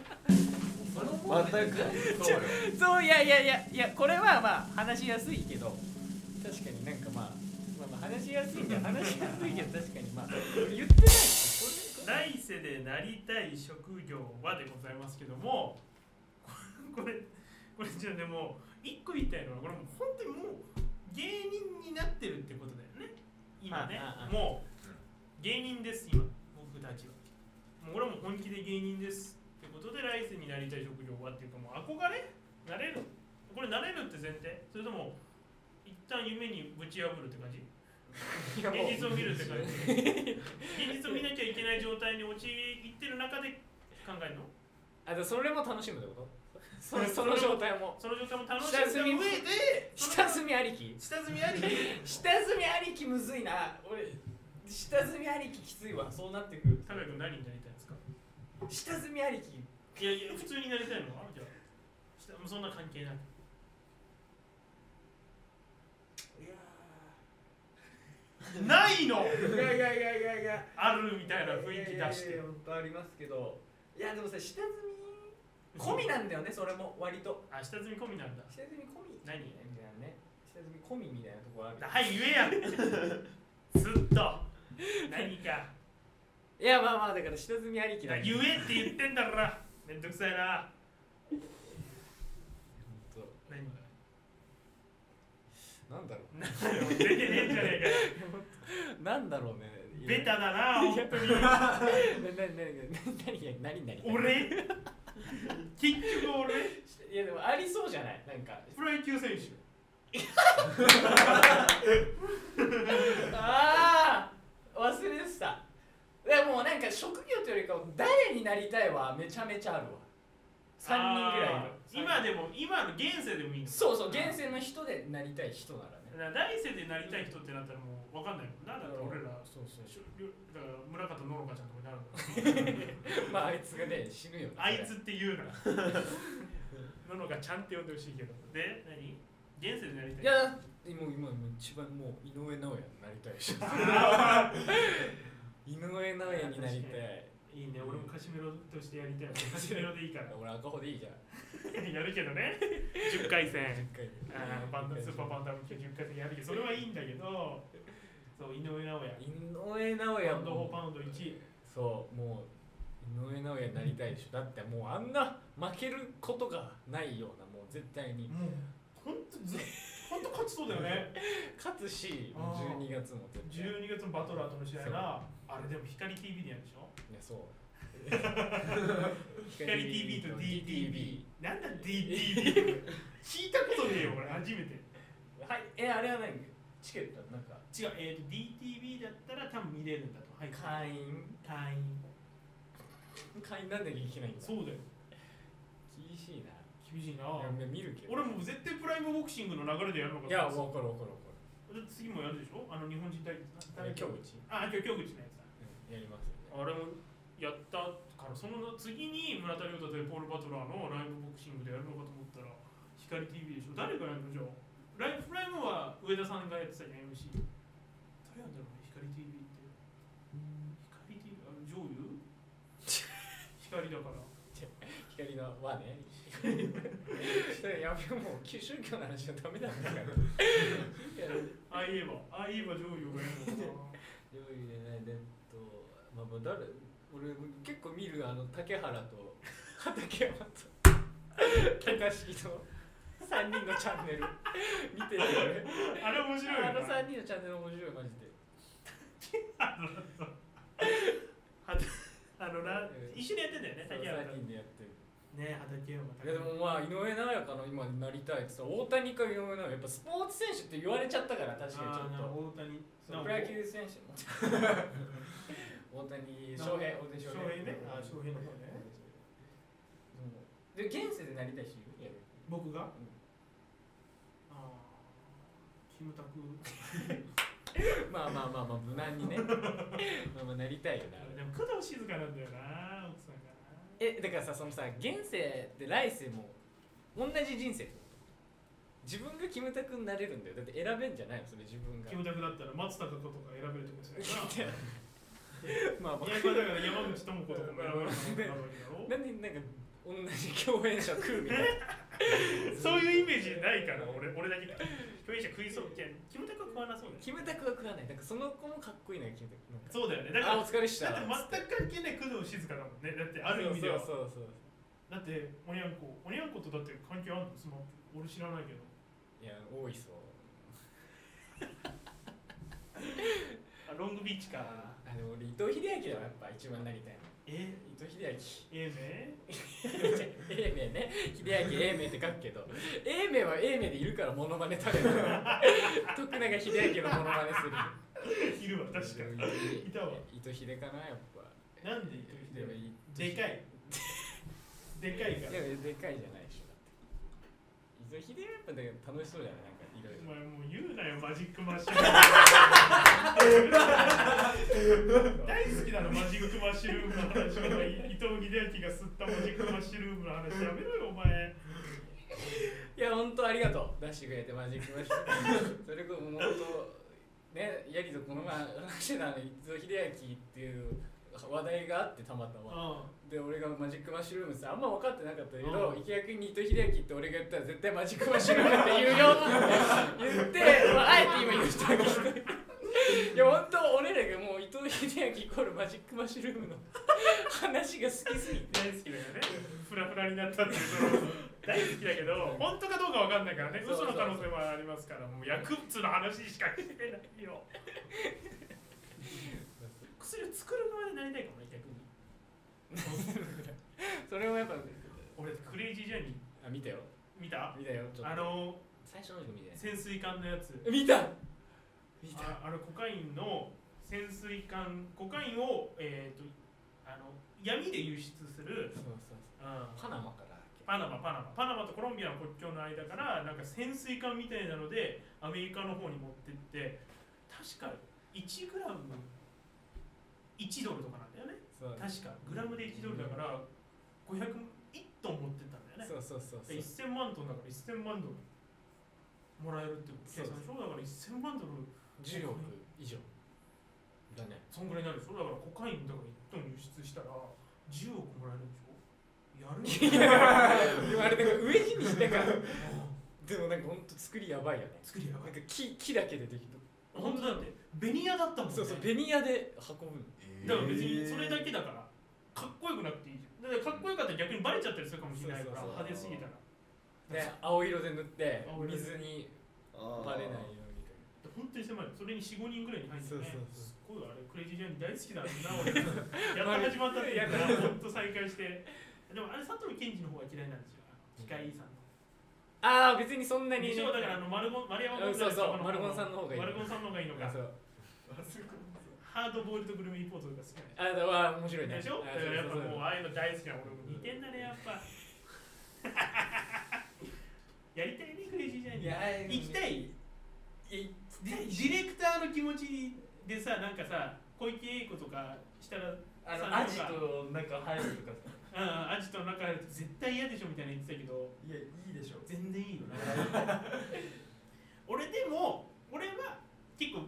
[SPEAKER 1] 全くそうよ
[SPEAKER 5] そういやいやいやいやこれはまあ話しやすいけど
[SPEAKER 3] 確かになんかまあ、まあ、まあ話しやすいけど話しやすいけど確かにまあ言ってないしこれ
[SPEAKER 2] 来世でなりたい職業はでございますけどもこれこれじゃあでも一個言いたいのはこれもう本当にもう芸人になってるってことだよね今ね
[SPEAKER 3] あああ
[SPEAKER 2] もう芸人です今僕たちはもう俺も本気で芸人ですってことで来世になりたい職業はっていうかもう憧れなれるこれなれるって前提それとも一旦夢にぶち破るって感じ
[SPEAKER 3] いやもう
[SPEAKER 2] 現実を見るって感じ現実を見なきゃいけない状態に陥ってる中で考えるの
[SPEAKER 3] [LAUGHS] あでそれも楽しむってことそれその状態も
[SPEAKER 2] その状態も楽しんだ上で
[SPEAKER 3] 下積みありき
[SPEAKER 2] 下積みあり
[SPEAKER 3] 下積みありきむずいな俺下積みありききついわそうなってくる
[SPEAKER 2] 田辺君何になりたいんですか
[SPEAKER 3] 下積みありき
[SPEAKER 2] いやいや普通になりたいのじゃあ下もうそんな関係ないないの
[SPEAKER 3] いやいやいやいやいや
[SPEAKER 2] あるみたいな雰囲気出して
[SPEAKER 3] 本当ありますけどいやでもさ下積み込みなんだよねそれも割と
[SPEAKER 2] あ下積み込みなんだ
[SPEAKER 3] 下積み込み
[SPEAKER 2] 何
[SPEAKER 3] みたいなね下積み込みみたいなとこある
[SPEAKER 2] はい言えやずっと何か
[SPEAKER 3] いやまあまあだから下積みありき
[SPEAKER 2] い
[SPEAKER 3] だ
[SPEAKER 2] や言えって言ってんだろらめんどくさいな何
[SPEAKER 3] なんだろ
[SPEAKER 2] 出てねえんじゃねえ
[SPEAKER 3] うなんだろうね
[SPEAKER 2] かベタだな本当に
[SPEAKER 3] なななな何や何何
[SPEAKER 2] 俺結局俺
[SPEAKER 3] いやでもありそうじゃないなんか
[SPEAKER 2] プロ野球選手
[SPEAKER 3] ああ忘れてたいやもうなんか職業というよりかは誰になりたいはめちゃめちゃあるわ3人ぐらいの
[SPEAKER 2] あー今でも今の現世でもいいの
[SPEAKER 3] そうそう厳選の人でなりたい人ならね
[SPEAKER 2] だから来世でなりたい人ってなったらもう分かんないもんなだって俺ら
[SPEAKER 3] そうそう
[SPEAKER 2] しょだから村方ののかちゃんとかになるんだから
[SPEAKER 3] [LAUGHS] まああいつがね死ぬよ
[SPEAKER 2] あいつって言うなののかちゃんって呼んでほしいけどで何現世でなりたい
[SPEAKER 3] いやもう今もう一番もう井上尚弥になりたい
[SPEAKER 2] [LAUGHS]
[SPEAKER 3] でしょ井上尚弥になりたい
[SPEAKER 2] いいね俺もカシメロとしてやりたいカシメロでいいから
[SPEAKER 3] 俺赤穂でいいじゃん
[SPEAKER 2] やるけどね10回戦
[SPEAKER 3] 一回
[SPEAKER 2] あーバンダスーパーバンダム級10回戦やるけどそれはいいんだけどそう井上尚弥
[SPEAKER 3] 井上尚弥
[SPEAKER 2] バンド4
[SPEAKER 3] も
[SPEAKER 2] パウンド1
[SPEAKER 3] そうもう井上尚弥になりたいでしょだってもうあんな負けることがないようなもう絶対に
[SPEAKER 2] もうほんとずほんと勝ちそうだよね
[SPEAKER 3] 勝つし
[SPEAKER 2] あー
[SPEAKER 3] 12月も絶対い
[SPEAKER 2] 12月のバトラーとの試合があれでも光 TV でやるでしょ [LAUGHS]
[SPEAKER 3] やそう
[SPEAKER 2] 光 TV と DTV なんだ DTV 聞いたことねえよ俺初めて
[SPEAKER 3] はいえあれは何チケットなんか
[SPEAKER 2] 違うえーと DTV だったら多分見れるんだとはい
[SPEAKER 3] 会員
[SPEAKER 2] 会員
[SPEAKER 3] 会員なんでいけないんだ
[SPEAKER 2] そうだよ
[SPEAKER 3] 厳しいな
[SPEAKER 2] 厳しいない
[SPEAKER 3] や見るけど
[SPEAKER 2] 俺もう絶対プライムボクシングの流れでやるのか
[SPEAKER 3] い
[SPEAKER 2] と
[SPEAKER 3] や
[SPEAKER 2] 思っ
[SPEAKER 3] 分
[SPEAKER 2] て
[SPEAKER 3] か
[SPEAKER 2] たで
[SPEAKER 3] る分かる分かる
[SPEAKER 2] 次もやるでしょあの日本人対決な
[SPEAKER 3] 今日うち、
[SPEAKER 2] あ今日京口のやつだ
[SPEAKER 3] うんやりますよね
[SPEAKER 2] あれもやったからその次に村田亮太とポール・バトラーのライブボクシングでやるのかと思ったら光 TV でしょ誰がやるのじゃあライフライムは上田さんがやってたじゃん MC 誰やんだろうね光 TV って光 TV あの [LAUGHS]
[SPEAKER 3] まあね [LAUGHS] それやべえもう宗教の話はダメだったから
[SPEAKER 2] あいえばあいえば上位を言うの [LAUGHS] か
[SPEAKER 3] 料理でねでとまあまあ誰俺結構見るあの竹原と畠山と高敷と3人のチャン [LAUGHS] ネル見てるよね
[SPEAKER 2] なあれ面白いよ
[SPEAKER 3] あの
[SPEAKER 2] な
[SPEAKER 3] 3人のチャンネル面白いマジで
[SPEAKER 2] はたあのな
[SPEAKER 3] うん
[SPEAKER 2] 一緒にやってんだよね竹原
[SPEAKER 3] 3
[SPEAKER 2] と
[SPEAKER 3] 人でやってる
[SPEAKER 2] ね畠山
[SPEAKER 3] いやでもまあ井上尚弥かの今なりたいってさ大谷か井上尚弥やっぱスポーツ選手って言われちゃったから確かにちょ
[SPEAKER 2] あーなる
[SPEAKER 3] っと
[SPEAKER 2] ほど大谷
[SPEAKER 3] そうプロ野球選手も大谷翔平 [LAUGHS] 大谷翔
[SPEAKER 2] 翔
[SPEAKER 3] 平
[SPEAKER 2] 平ねあ翔平の方ね
[SPEAKER 3] で現世でなりたい人いる
[SPEAKER 2] 僕が、あ
[SPEAKER 3] ん
[SPEAKER 2] あーキムタク
[SPEAKER 3] まあまあまあまあ無難
[SPEAKER 2] [LAUGHS]
[SPEAKER 3] にねまあまあなりたいよな
[SPEAKER 2] でも工藤静香なんだよな奥さんがな
[SPEAKER 3] えだからさそのさ現世って来世も同じ人生ってこと自分がキムタクになれるんだよだって選べんじゃないのそれ自分が
[SPEAKER 2] キムタクだったら松たか子とか選べるってことじゃ
[SPEAKER 3] [LAUGHS]
[SPEAKER 2] ないか
[SPEAKER 3] まあまあ
[SPEAKER 2] な。いやだから山口智子とかも選べるわけだろ [LAUGHS]
[SPEAKER 3] [LAUGHS] なんでなんか同じ共演者食うみたいな [LAUGHS]
[SPEAKER 2] そういうイメージないから俺俺だけが共演者食いそういやキムタクは食わなそうだよ
[SPEAKER 3] キムタクは食わないだからその子もかっこいいのよキムタクなんか
[SPEAKER 2] そうだよねだから
[SPEAKER 3] あお疲れっした
[SPEAKER 2] だって全く関係ない工藤静香だもんねだってある意味では
[SPEAKER 3] そうそうそう
[SPEAKER 2] だっておにゃんこおにゃんことだって関係あるのスマップ俺知らないけど
[SPEAKER 3] そういや多いそう
[SPEAKER 2] あロングビーチか
[SPEAKER 3] あでも俺伊藤英明だわやっぱ一番なりたいの
[SPEAKER 2] え
[SPEAKER 3] 伊藤英明
[SPEAKER 2] ええ
[SPEAKER 3] 英明ね秀明英明って書くけど英明は英明でいるからモノマネ食べる徳永秀明のモノマネ
[SPEAKER 2] ねいるわ確
[SPEAKER 3] す
[SPEAKER 2] かに
[SPEAKER 3] るに
[SPEAKER 2] いたわ
[SPEAKER 3] 糸秀かなやっぱ
[SPEAKER 2] なんで伊藤英
[SPEAKER 3] でも
[SPEAKER 2] 明で
[SPEAKER 3] い
[SPEAKER 2] か
[SPEAKER 3] [LAUGHS]
[SPEAKER 2] いでかいから
[SPEAKER 3] でもでかいじゃないでしょだって糸秀はやっぱだけど楽しそうじゃないなんかいろい
[SPEAKER 2] お
[SPEAKER 3] ろ
[SPEAKER 2] 前もう言うなよマジックマ
[SPEAKER 3] [LAUGHS]
[SPEAKER 2] ッシュルーム大好きなのマジックマッシュルームの話お前伊藤英明が吸ったマジックマッシュルームの話やめろよお前
[SPEAKER 3] いや本当ありがとう出してくれてマジック [LAUGHS] マッシュそれこそもう本当ねやりとこの前話してたの伊藤秀明っていう話題があってたまたま
[SPEAKER 2] あ
[SPEAKER 3] で俺がマジックマッシュルームさあんま分かってなかったけ
[SPEAKER 2] う
[SPEAKER 3] ど
[SPEAKER 2] ん
[SPEAKER 3] 池谷君に伊藤英明って俺が言ったら絶対マジックマッシュルームって言うよって言って、まあ、あえて今言ったわけどいや本当俺らがもう伊藤英明イコールマジックマッシュルームの話が好きすぎて
[SPEAKER 2] 大好きだよねフラフラになったっていうその大好きだけど本当かどうかわかんないからね
[SPEAKER 3] そうそう
[SPEAKER 2] 嘘の可能性もありますからもう薬物の話しかしてないよ薬を作る側になりたいかもね逆に
[SPEAKER 3] それもやっぱ
[SPEAKER 2] 俺クレイジージャーニー
[SPEAKER 3] あ見たよ
[SPEAKER 2] 見た
[SPEAKER 3] 見たよちょっと
[SPEAKER 2] あの
[SPEAKER 3] 最初の方見てない
[SPEAKER 2] 潜水艦のやつ
[SPEAKER 3] 見た見た
[SPEAKER 2] ああのコカインの潜水艦コカインを、えー、とあの闇で輸出する、
[SPEAKER 3] そうそうそ
[SPEAKER 2] うん
[SPEAKER 3] う
[SPEAKER 2] パ
[SPEAKER 3] パナマから
[SPEAKER 2] ナマパナマパナマとコロンビアの国境の間からなんか潜水艦みたいなのでアメリカの方に持ってって確か1グラム1ドルとかなんだよね
[SPEAKER 3] そう
[SPEAKER 2] 確かグラムで1ドルだから501トン持ってったんだよね
[SPEAKER 3] そうそうそうそう
[SPEAKER 2] 1000万トンだから1000万ドルもらえるって計算でしょだから1000万ドル
[SPEAKER 3] 10億以上だ [LAUGHS] ね
[SPEAKER 2] そんぐらいになるでしょだからコカインだから1トン輸出したら10億もらえるんでしょやる
[SPEAKER 3] い
[SPEAKER 2] の
[SPEAKER 3] [LAUGHS] やでもあれなんか上地にしてからでもなんかほんと作りやばいよね
[SPEAKER 2] 作りやば
[SPEAKER 3] ないんか木木だけでできる
[SPEAKER 2] 本当だってベニヤだったもんね
[SPEAKER 3] そうそうベニヤで運ぶの
[SPEAKER 2] だから別にそれだけだからかっこよくなくていいじゃんだからかっこよかったら逆にバレちゃったりするかもしれないから
[SPEAKER 3] そうそうそう
[SPEAKER 2] 派手すぎたら
[SPEAKER 3] で青色で塗って
[SPEAKER 2] 青色で
[SPEAKER 3] 水にバレないようにという
[SPEAKER 2] 本当に狭いそれに45人ぐらいに入ってね
[SPEAKER 3] そうそうそう
[SPEAKER 2] すっごいあれクレイジージャーニー大好きだな俺 [LAUGHS] やっと始まったって言ったら本当再開してでもあれ佐藤健二の方が嫌いなんですよ機械さんの
[SPEAKER 3] ああ別にそんなに
[SPEAKER 2] 以上だからあの丸ゴン丸山ゴンザレスとかの
[SPEAKER 3] うんそうそう丸ゴンさんの方がいい
[SPEAKER 2] 丸ゴンさんの方がいいのか
[SPEAKER 3] そう
[SPEAKER 2] ハードボイルドグルメリポートとか好き
[SPEAKER 3] あだわ面白
[SPEAKER 2] な
[SPEAKER 3] い
[SPEAKER 2] ん
[SPEAKER 3] ね
[SPEAKER 2] でしょ
[SPEAKER 3] あ
[SPEAKER 2] だからやっぱ
[SPEAKER 3] そうそう
[SPEAKER 2] もうああいうの大好きな俺も似てんだねやっ [LAUGHS] ぱやりたいねクレイジージャー
[SPEAKER 3] そう
[SPEAKER 2] ニー行
[SPEAKER 3] いや
[SPEAKER 2] きたい
[SPEAKER 3] いや
[SPEAKER 2] ディレクターの気持ちでさなんかさ小池栄子とかしたら
[SPEAKER 3] あ
[SPEAKER 2] さ
[SPEAKER 3] のアジ
[SPEAKER 2] なんか
[SPEAKER 3] となんか入るとかさ
[SPEAKER 2] うんアジトの中入ると絶対嫌でしょみたいな言ってたけど
[SPEAKER 4] いやいいでしょ
[SPEAKER 2] 全然いいよな [LAUGHS] 俺でも俺は結構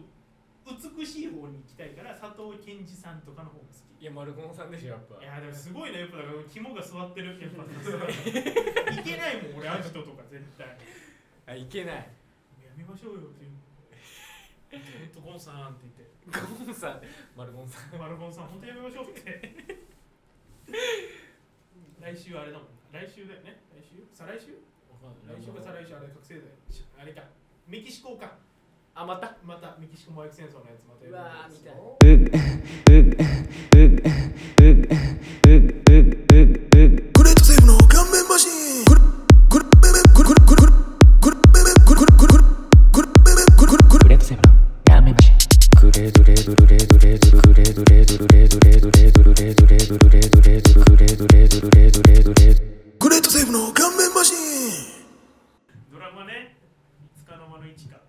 [SPEAKER 2] 美しい方に行きたいから佐藤藤健二さんとかの方が好き
[SPEAKER 3] [LAUGHS] いや、丸駒さんでしょ、やっぱ
[SPEAKER 2] い。やでもすごいねやっぱだから肝が座ってる [LAUGHS] やっぱさすがにいけないもん俺アジトとか絶対や
[SPEAKER 3] あ、いけない。
[SPEAKER 2] めましょうよって言うほんとゴンさんって言って
[SPEAKER 3] ゴンさん、丸駒さん。
[SPEAKER 2] マルコンさん、本当やめましょうって。 [LAUGHS] 来週あれだもんな。来週だよね。来週再来週来週か再来週あれ、覚醒剤。しあれか。メキシコか。
[SPEAKER 3] あ、また。
[SPEAKER 2] またメキシコ麻薬戦争のやつまた
[SPEAKER 3] うわーみたいな
[SPEAKER 2] な。
[SPEAKER 6] グレートセーブの顔面マシングレグレグレグレグレグレグレグレグレグレグレグレグレグレグレグレ
[SPEAKER 7] グレートセブンのラーメンマシングレードレードルレードレードルグレードレードルレードレードレードルレードレードルレードレードルグレードレードルレードレードレード
[SPEAKER 6] グレートセーブの顔面マシン
[SPEAKER 2] ドラマね、いつかの間の一か。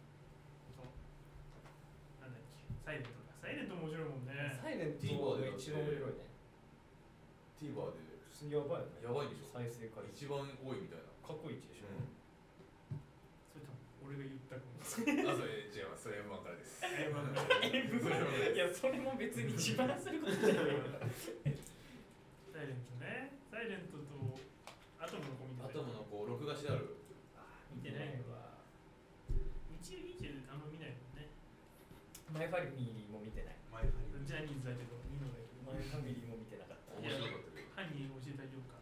[SPEAKER 2] となんだっけ、サイレントか。サイレント面白いもんね。
[SPEAKER 1] サイレントが一番面白いねや
[SPEAKER 4] TVer
[SPEAKER 1] ばいね
[SPEAKER 4] でやばいでしょ
[SPEAKER 1] 再生回数
[SPEAKER 4] 一番多いみたいな
[SPEAKER 1] 過去一でしょ
[SPEAKER 2] それとも俺が言ったかも。
[SPEAKER 4] あそれ違いますそれ M1 からです
[SPEAKER 3] いや、それも別に自慢するこ
[SPEAKER 2] [LAUGHS]
[SPEAKER 3] とじゃないよ。
[SPEAKER 2] サイレントね。サイレントとアトムの子みたいな。
[SPEAKER 4] アトムのこう録画してある
[SPEAKER 2] 見てないわ。日曜日中あんま見ないもんね。
[SPEAKER 1] マイファミリーも見てない
[SPEAKER 4] 前に
[SPEAKER 2] ジャニーズだけど、ニノだけど。
[SPEAKER 1] マイファミリーも見てなかっ
[SPEAKER 4] 面白かったけど
[SPEAKER 2] 犯人教えてあげようか。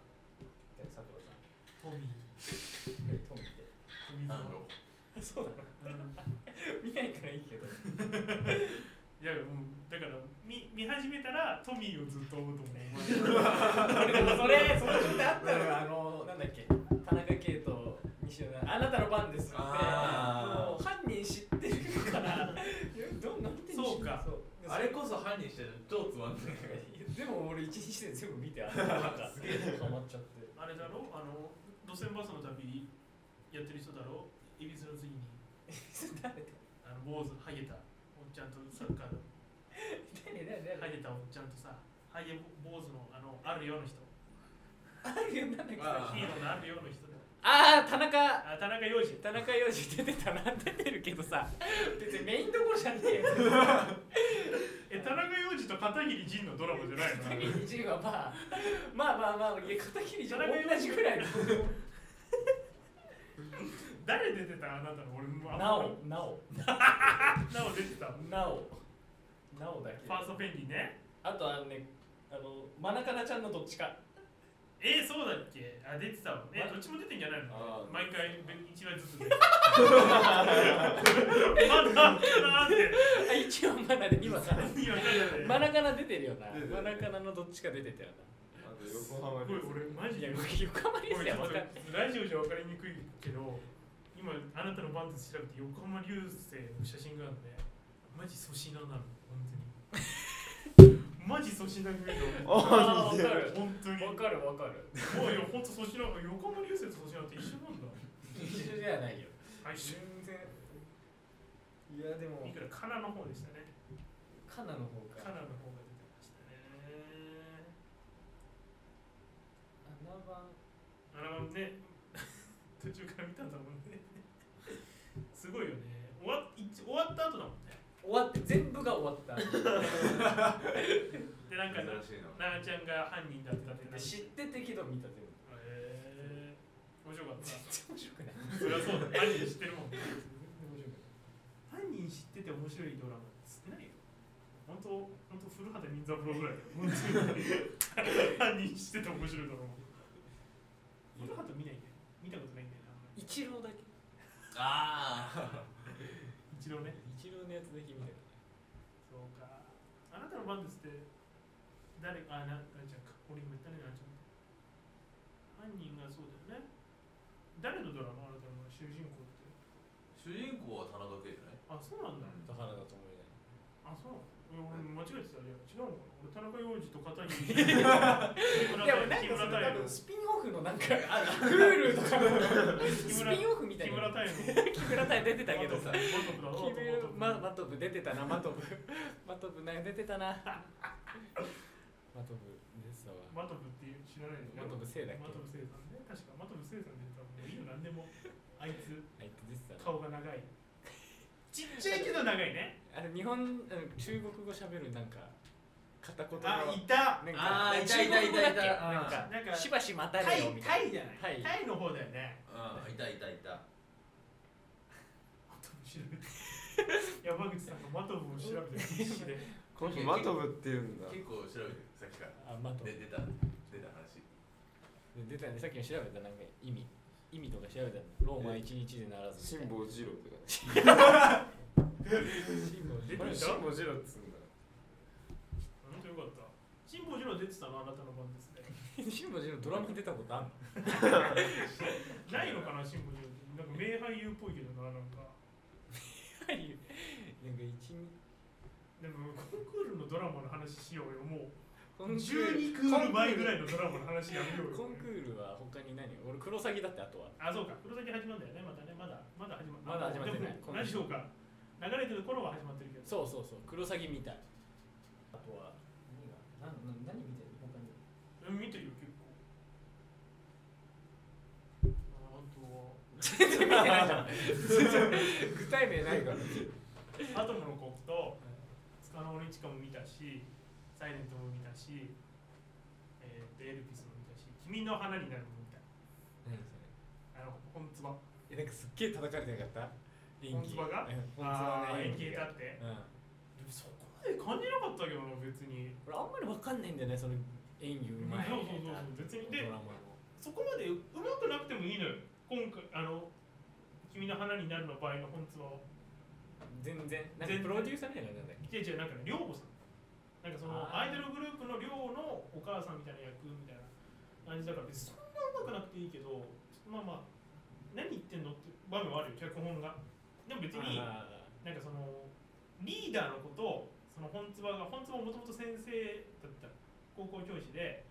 [SPEAKER 1] た佐藤さん
[SPEAKER 2] トミー。
[SPEAKER 1] トミーで
[SPEAKER 2] トミー
[SPEAKER 4] あ
[SPEAKER 2] さん。
[SPEAKER 4] の
[SPEAKER 3] そう
[SPEAKER 2] うん
[SPEAKER 3] だ。見ないからいいけど。
[SPEAKER 2] いや、もう、だから、見、見始めたら、トミーをずっと追うと思う。
[SPEAKER 3] でもそれ、その状態あったのよ。あの、なんだっけ。田中圭と西野があなたの番ですって。もう
[SPEAKER 4] あー
[SPEAKER 3] 犯人知ってるから。いやどうなんて
[SPEAKER 2] そうか
[SPEAKER 4] あれこそ犯人してる超つまんない
[SPEAKER 3] でも俺一日で全部見てあれなんかすげえハマっちゃって
[SPEAKER 2] あれだろあの、路線バスの旅。やってる人だろ恵比寿の次に。
[SPEAKER 3] [LAUGHS] 誰だ
[SPEAKER 2] あの、坊主、ハゲた。おっちゃんとサッカーの。
[SPEAKER 3] 誰誰
[SPEAKER 2] ハゲたおっちゃんとさ。ハゲ坊主の、あの、あるような人。
[SPEAKER 3] あるよなんだっけ
[SPEAKER 4] あ
[SPEAKER 2] ヒーローのあるような人だ。
[SPEAKER 3] あー田中
[SPEAKER 2] あ、田中洋次。
[SPEAKER 3] 田中洋次出てたな出てるけどさ別にメインどころじゃねえよ
[SPEAKER 2] え、田中洋次と片桐仁のドラマじゃないの。
[SPEAKER 3] 片桐仁はまあまあまあまあいや片桐仁も [LAUGHS] 同じぐらいの
[SPEAKER 2] [LAUGHS] 誰出てたあなたの俺もあん
[SPEAKER 3] な
[SPEAKER 2] ま
[SPEAKER 3] おな
[SPEAKER 2] な
[SPEAKER 3] お
[SPEAKER 2] お出てたフ
[SPEAKER 3] なおなおだけ
[SPEAKER 2] ァーストペンギンね
[SPEAKER 3] あとあのねあのマナカナちゃんのどっちか
[SPEAKER 2] えー、そうだっけあ出てたわえどっちも出てんじゃないの
[SPEAKER 4] あー
[SPEAKER 2] 毎回一話ずつでまだかなって
[SPEAKER 3] あ一応マナで今さ
[SPEAKER 2] いやいやいや
[SPEAKER 3] マナカナ出てるよな
[SPEAKER 4] 出てる
[SPEAKER 3] マナカナのどっちか出てたよ
[SPEAKER 4] あと横浜
[SPEAKER 2] これ俺マジ
[SPEAKER 3] な
[SPEAKER 2] で
[SPEAKER 3] いや
[SPEAKER 2] こ
[SPEAKER 3] 横浜
[SPEAKER 2] れ
[SPEAKER 3] 流
[SPEAKER 2] ちょっ
[SPEAKER 3] 星は分か
[SPEAKER 2] とラジオじゃ分かり
[SPEAKER 3] んない
[SPEAKER 2] にくいけど今あなたの番です調べて横浜流星の写真があるんでマジ粗品なの本当にマジ粗品組だ
[SPEAKER 3] あ
[SPEAKER 2] 俺
[SPEAKER 3] ーわかる
[SPEAKER 2] 本当に
[SPEAKER 3] わかるわかる
[SPEAKER 2] もうよ、ほんと粗品、横浜流星と粗品って一緒なんだ。
[SPEAKER 3] 一緒ではないよ
[SPEAKER 2] はい、い
[SPEAKER 3] いやでも
[SPEAKER 2] くらカナの方でしたね。
[SPEAKER 3] カナの方
[SPEAKER 2] カ
[SPEAKER 3] か
[SPEAKER 2] ナの方が出てましたね。
[SPEAKER 3] 7番
[SPEAKER 2] あらね、 [LAUGHS] 途中から見たんだもんね。すごいよね。終わ一終わった後だもんね。
[SPEAKER 3] 終わって全部が終わった [LAUGHS]
[SPEAKER 2] で、なんか、な
[SPEAKER 4] 珍しいな
[SPEAKER 2] なあちゃんが犯人だったって。
[SPEAKER 3] 知っててけど見た全部
[SPEAKER 2] へー面白かった。 [LAUGHS]
[SPEAKER 3] 面白くない
[SPEAKER 2] そりゃそうだ。犯人知ってるもん。
[SPEAKER 3] 面白く
[SPEAKER 2] 犯人知ってて面白いドラマ少ないよ本当本当古畑任三郎ぐらいだよ本当に [LAUGHS] 犯人知ってて面白いドラマ古畑見ないんだよ見たことないんだよなあんまり
[SPEAKER 3] ない一郎だけ
[SPEAKER 4] あ
[SPEAKER 2] 一度ね
[SPEAKER 3] 一郎のやつだけ見た
[SPEAKER 2] そうかあなたの番ですって誰かあななっちゃんか俺今言ったねなっちゃん犯人がそうだよね誰のドラマあなたの主人公って
[SPEAKER 4] ー主人公は田中圭じゃない
[SPEAKER 2] あそうなんだ
[SPEAKER 3] 田原だと思えな
[SPEAKER 2] あ
[SPEAKER 3] い
[SPEAKER 2] そうえ俺間違えてたいや違うのかな俺田中洋次と片桐
[SPEAKER 3] [LAUGHS]
[SPEAKER 2] 木
[SPEAKER 3] でも
[SPEAKER 2] 村
[SPEAKER 3] な
[SPEAKER 2] 太
[SPEAKER 3] ん
[SPEAKER 2] 木
[SPEAKER 3] か
[SPEAKER 2] 村太
[SPEAKER 3] それ多
[SPEAKER 2] 陽
[SPEAKER 3] 分スピンオフのなんかあのクールとかの
[SPEAKER 2] 木
[SPEAKER 3] ス
[SPEAKER 2] 村
[SPEAKER 3] ピンオフみたい
[SPEAKER 2] 木
[SPEAKER 3] な
[SPEAKER 2] 村太陽
[SPEAKER 3] 木村太出てたけどさ
[SPEAKER 2] マトブだろ
[SPEAKER 3] 木村
[SPEAKER 2] マトブ
[SPEAKER 3] まマトブ出てたなマトブマトブな出てたなマトブですわ
[SPEAKER 2] マトブっていう知らないの
[SPEAKER 3] マトブせいだっけ
[SPEAKER 2] マトブせいさんね確かマトブせいさんで多分もういいよ何でもあいつ
[SPEAKER 3] [LAUGHS] あいつ出てたな
[SPEAKER 2] 顔が長いちっちゃいけど長いね
[SPEAKER 3] あの日本あの中国語喋るなんか片言の
[SPEAKER 2] あいた
[SPEAKER 3] なん
[SPEAKER 4] あ
[SPEAKER 3] か
[SPEAKER 4] ーいたいたいたいた
[SPEAKER 3] なんか
[SPEAKER 2] なんか
[SPEAKER 3] しばし待た
[SPEAKER 2] タ
[SPEAKER 3] れ
[SPEAKER 2] イ
[SPEAKER 3] よみた
[SPEAKER 2] タ
[SPEAKER 3] い
[SPEAKER 2] イじゃない
[SPEAKER 3] タ
[SPEAKER 2] タ
[SPEAKER 3] イ
[SPEAKER 2] イの方だよ
[SPEAKER 3] [LAUGHS]
[SPEAKER 2] ね
[SPEAKER 4] うんいたいたいた
[SPEAKER 2] マトブ調べて山口さんがマトブを調べて必死で
[SPEAKER 1] この人マトブって言うんだ
[SPEAKER 4] 結構調べてるさっきから
[SPEAKER 3] なあ待と
[SPEAKER 4] で出た出た話
[SPEAKER 3] 出たねさっきの調べたなんか意味意味とか調べたのローマ一日でならず
[SPEAKER 1] 辛
[SPEAKER 3] みたいな
[SPEAKER 1] 坊二郎とかね
[SPEAKER 2] 出て
[SPEAKER 3] 辛抱
[SPEAKER 1] これ
[SPEAKER 2] る
[SPEAKER 1] 辛坊二郎っつうんだ
[SPEAKER 2] 本当よかった辛坊治郎出てたのあなたの番
[SPEAKER 3] [LAUGHS]
[SPEAKER 2] ですね
[SPEAKER 3] 辛抱郎ドラマ出たことあんの
[SPEAKER 2] ないのかな辛坊治郎ってなんか名俳優っぽいけどななんか
[SPEAKER 3] なんか一日
[SPEAKER 2] でもコンクールのドラマの話しようよもう
[SPEAKER 3] コンクール
[SPEAKER 2] 12クール前ぐらいのドラマの話やめようよ
[SPEAKER 3] コンクールは他に何俺クロサギだってあとは
[SPEAKER 2] あそうか黒崎始まるんだよねまたねまだまだ始ま
[SPEAKER 3] まだ始まってない
[SPEAKER 2] でもラジオか流れてる頃は始まってるけど
[SPEAKER 3] そうそうそうクロサギみたい
[SPEAKER 4] あとは何が何何見てる他に
[SPEAKER 2] うん見てるよ結構ああ
[SPEAKER 3] 全然見てないじ [LAUGHS] ゃん具体名ないから
[SPEAKER 2] とアトムの国とスカノオリチカも見たしサイレントも見たしえー、とエルピスも見たし君の花になるも見たあの本つば
[SPEAKER 3] えなんかすっげえ叩かれてなかった演
[SPEAKER 2] 本
[SPEAKER 3] 技
[SPEAKER 2] 妻が
[SPEAKER 3] うん本妻
[SPEAKER 2] あ
[SPEAKER 3] の
[SPEAKER 2] ー
[SPEAKER 3] 演
[SPEAKER 2] 演
[SPEAKER 3] 技
[SPEAKER 2] 技
[SPEAKER 3] が
[SPEAKER 2] だってで
[SPEAKER 3] うん
[SPEAKER 2] もそこまで感じなかったけどな別に
[SPEAKER 3] 俺あんまりわかんないんだよねその演技うまい
[SPEAKER 2] そうそうそうそう別にで
[SPEAKER 3] ドラマの
[SPEAKER 2] そこまでうまくなくてもいいのよ今回あの君の花になるの場合の本妻を
[SPEAKER 3] 全然なんか
[SPEAKER 2] 全然
[SPEAKER 3] プロデューサーみたいなのなんだっけ
[SPEAKER 2] いや違うなんかね寮母さんなんかその
[SPEAKER 3] あー
[SPEAKER 2] アイドルグループの寮のお母さんみたいな役みたいな感じだから別にそんなうまくなくていいけどまあまあ何言ってんのって場面はあるよ脚本がでも別になんか
[SPEAKER 3] あー
[SPEAKER 2] そのリーダーのことをその本妻が本妻もともと先生だった高校教師で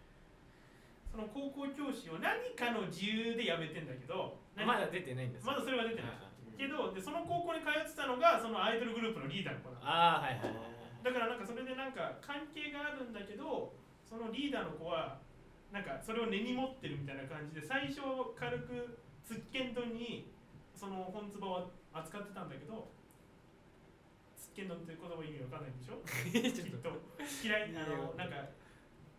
[SPEAKER 2] その高校教師を何かの自由で辞めてんだけど何
[SPEAKER 3] まだ出てないんです
[SPEAKER 2] まだそれは出てないけどでその高校に通ってたのがそのアイドルグループのリーダーの子なの
[SPEAKER 3] ああはい
[SPEAKER 2] [LAUGHS]
[SPEAKER 3] はいはい
[SPEAKER 2] だからなんかそれでなんか関係があるんだけどそのリーダーの子はなんかそれを根に持ってるみたいな感じで最初軽くツッケン丼にその本唾を扱ってたんだけどツッケン丼っていう言葉意味わかんないんでしょ
[SPEAKER 3] はい
[SPEAKER 2] き
[SPEAKER 3] ちょ
[SPEAKER 2] っ
[SPEAKER 3] っと
[SPEAKER 2] と嫌いあのなんか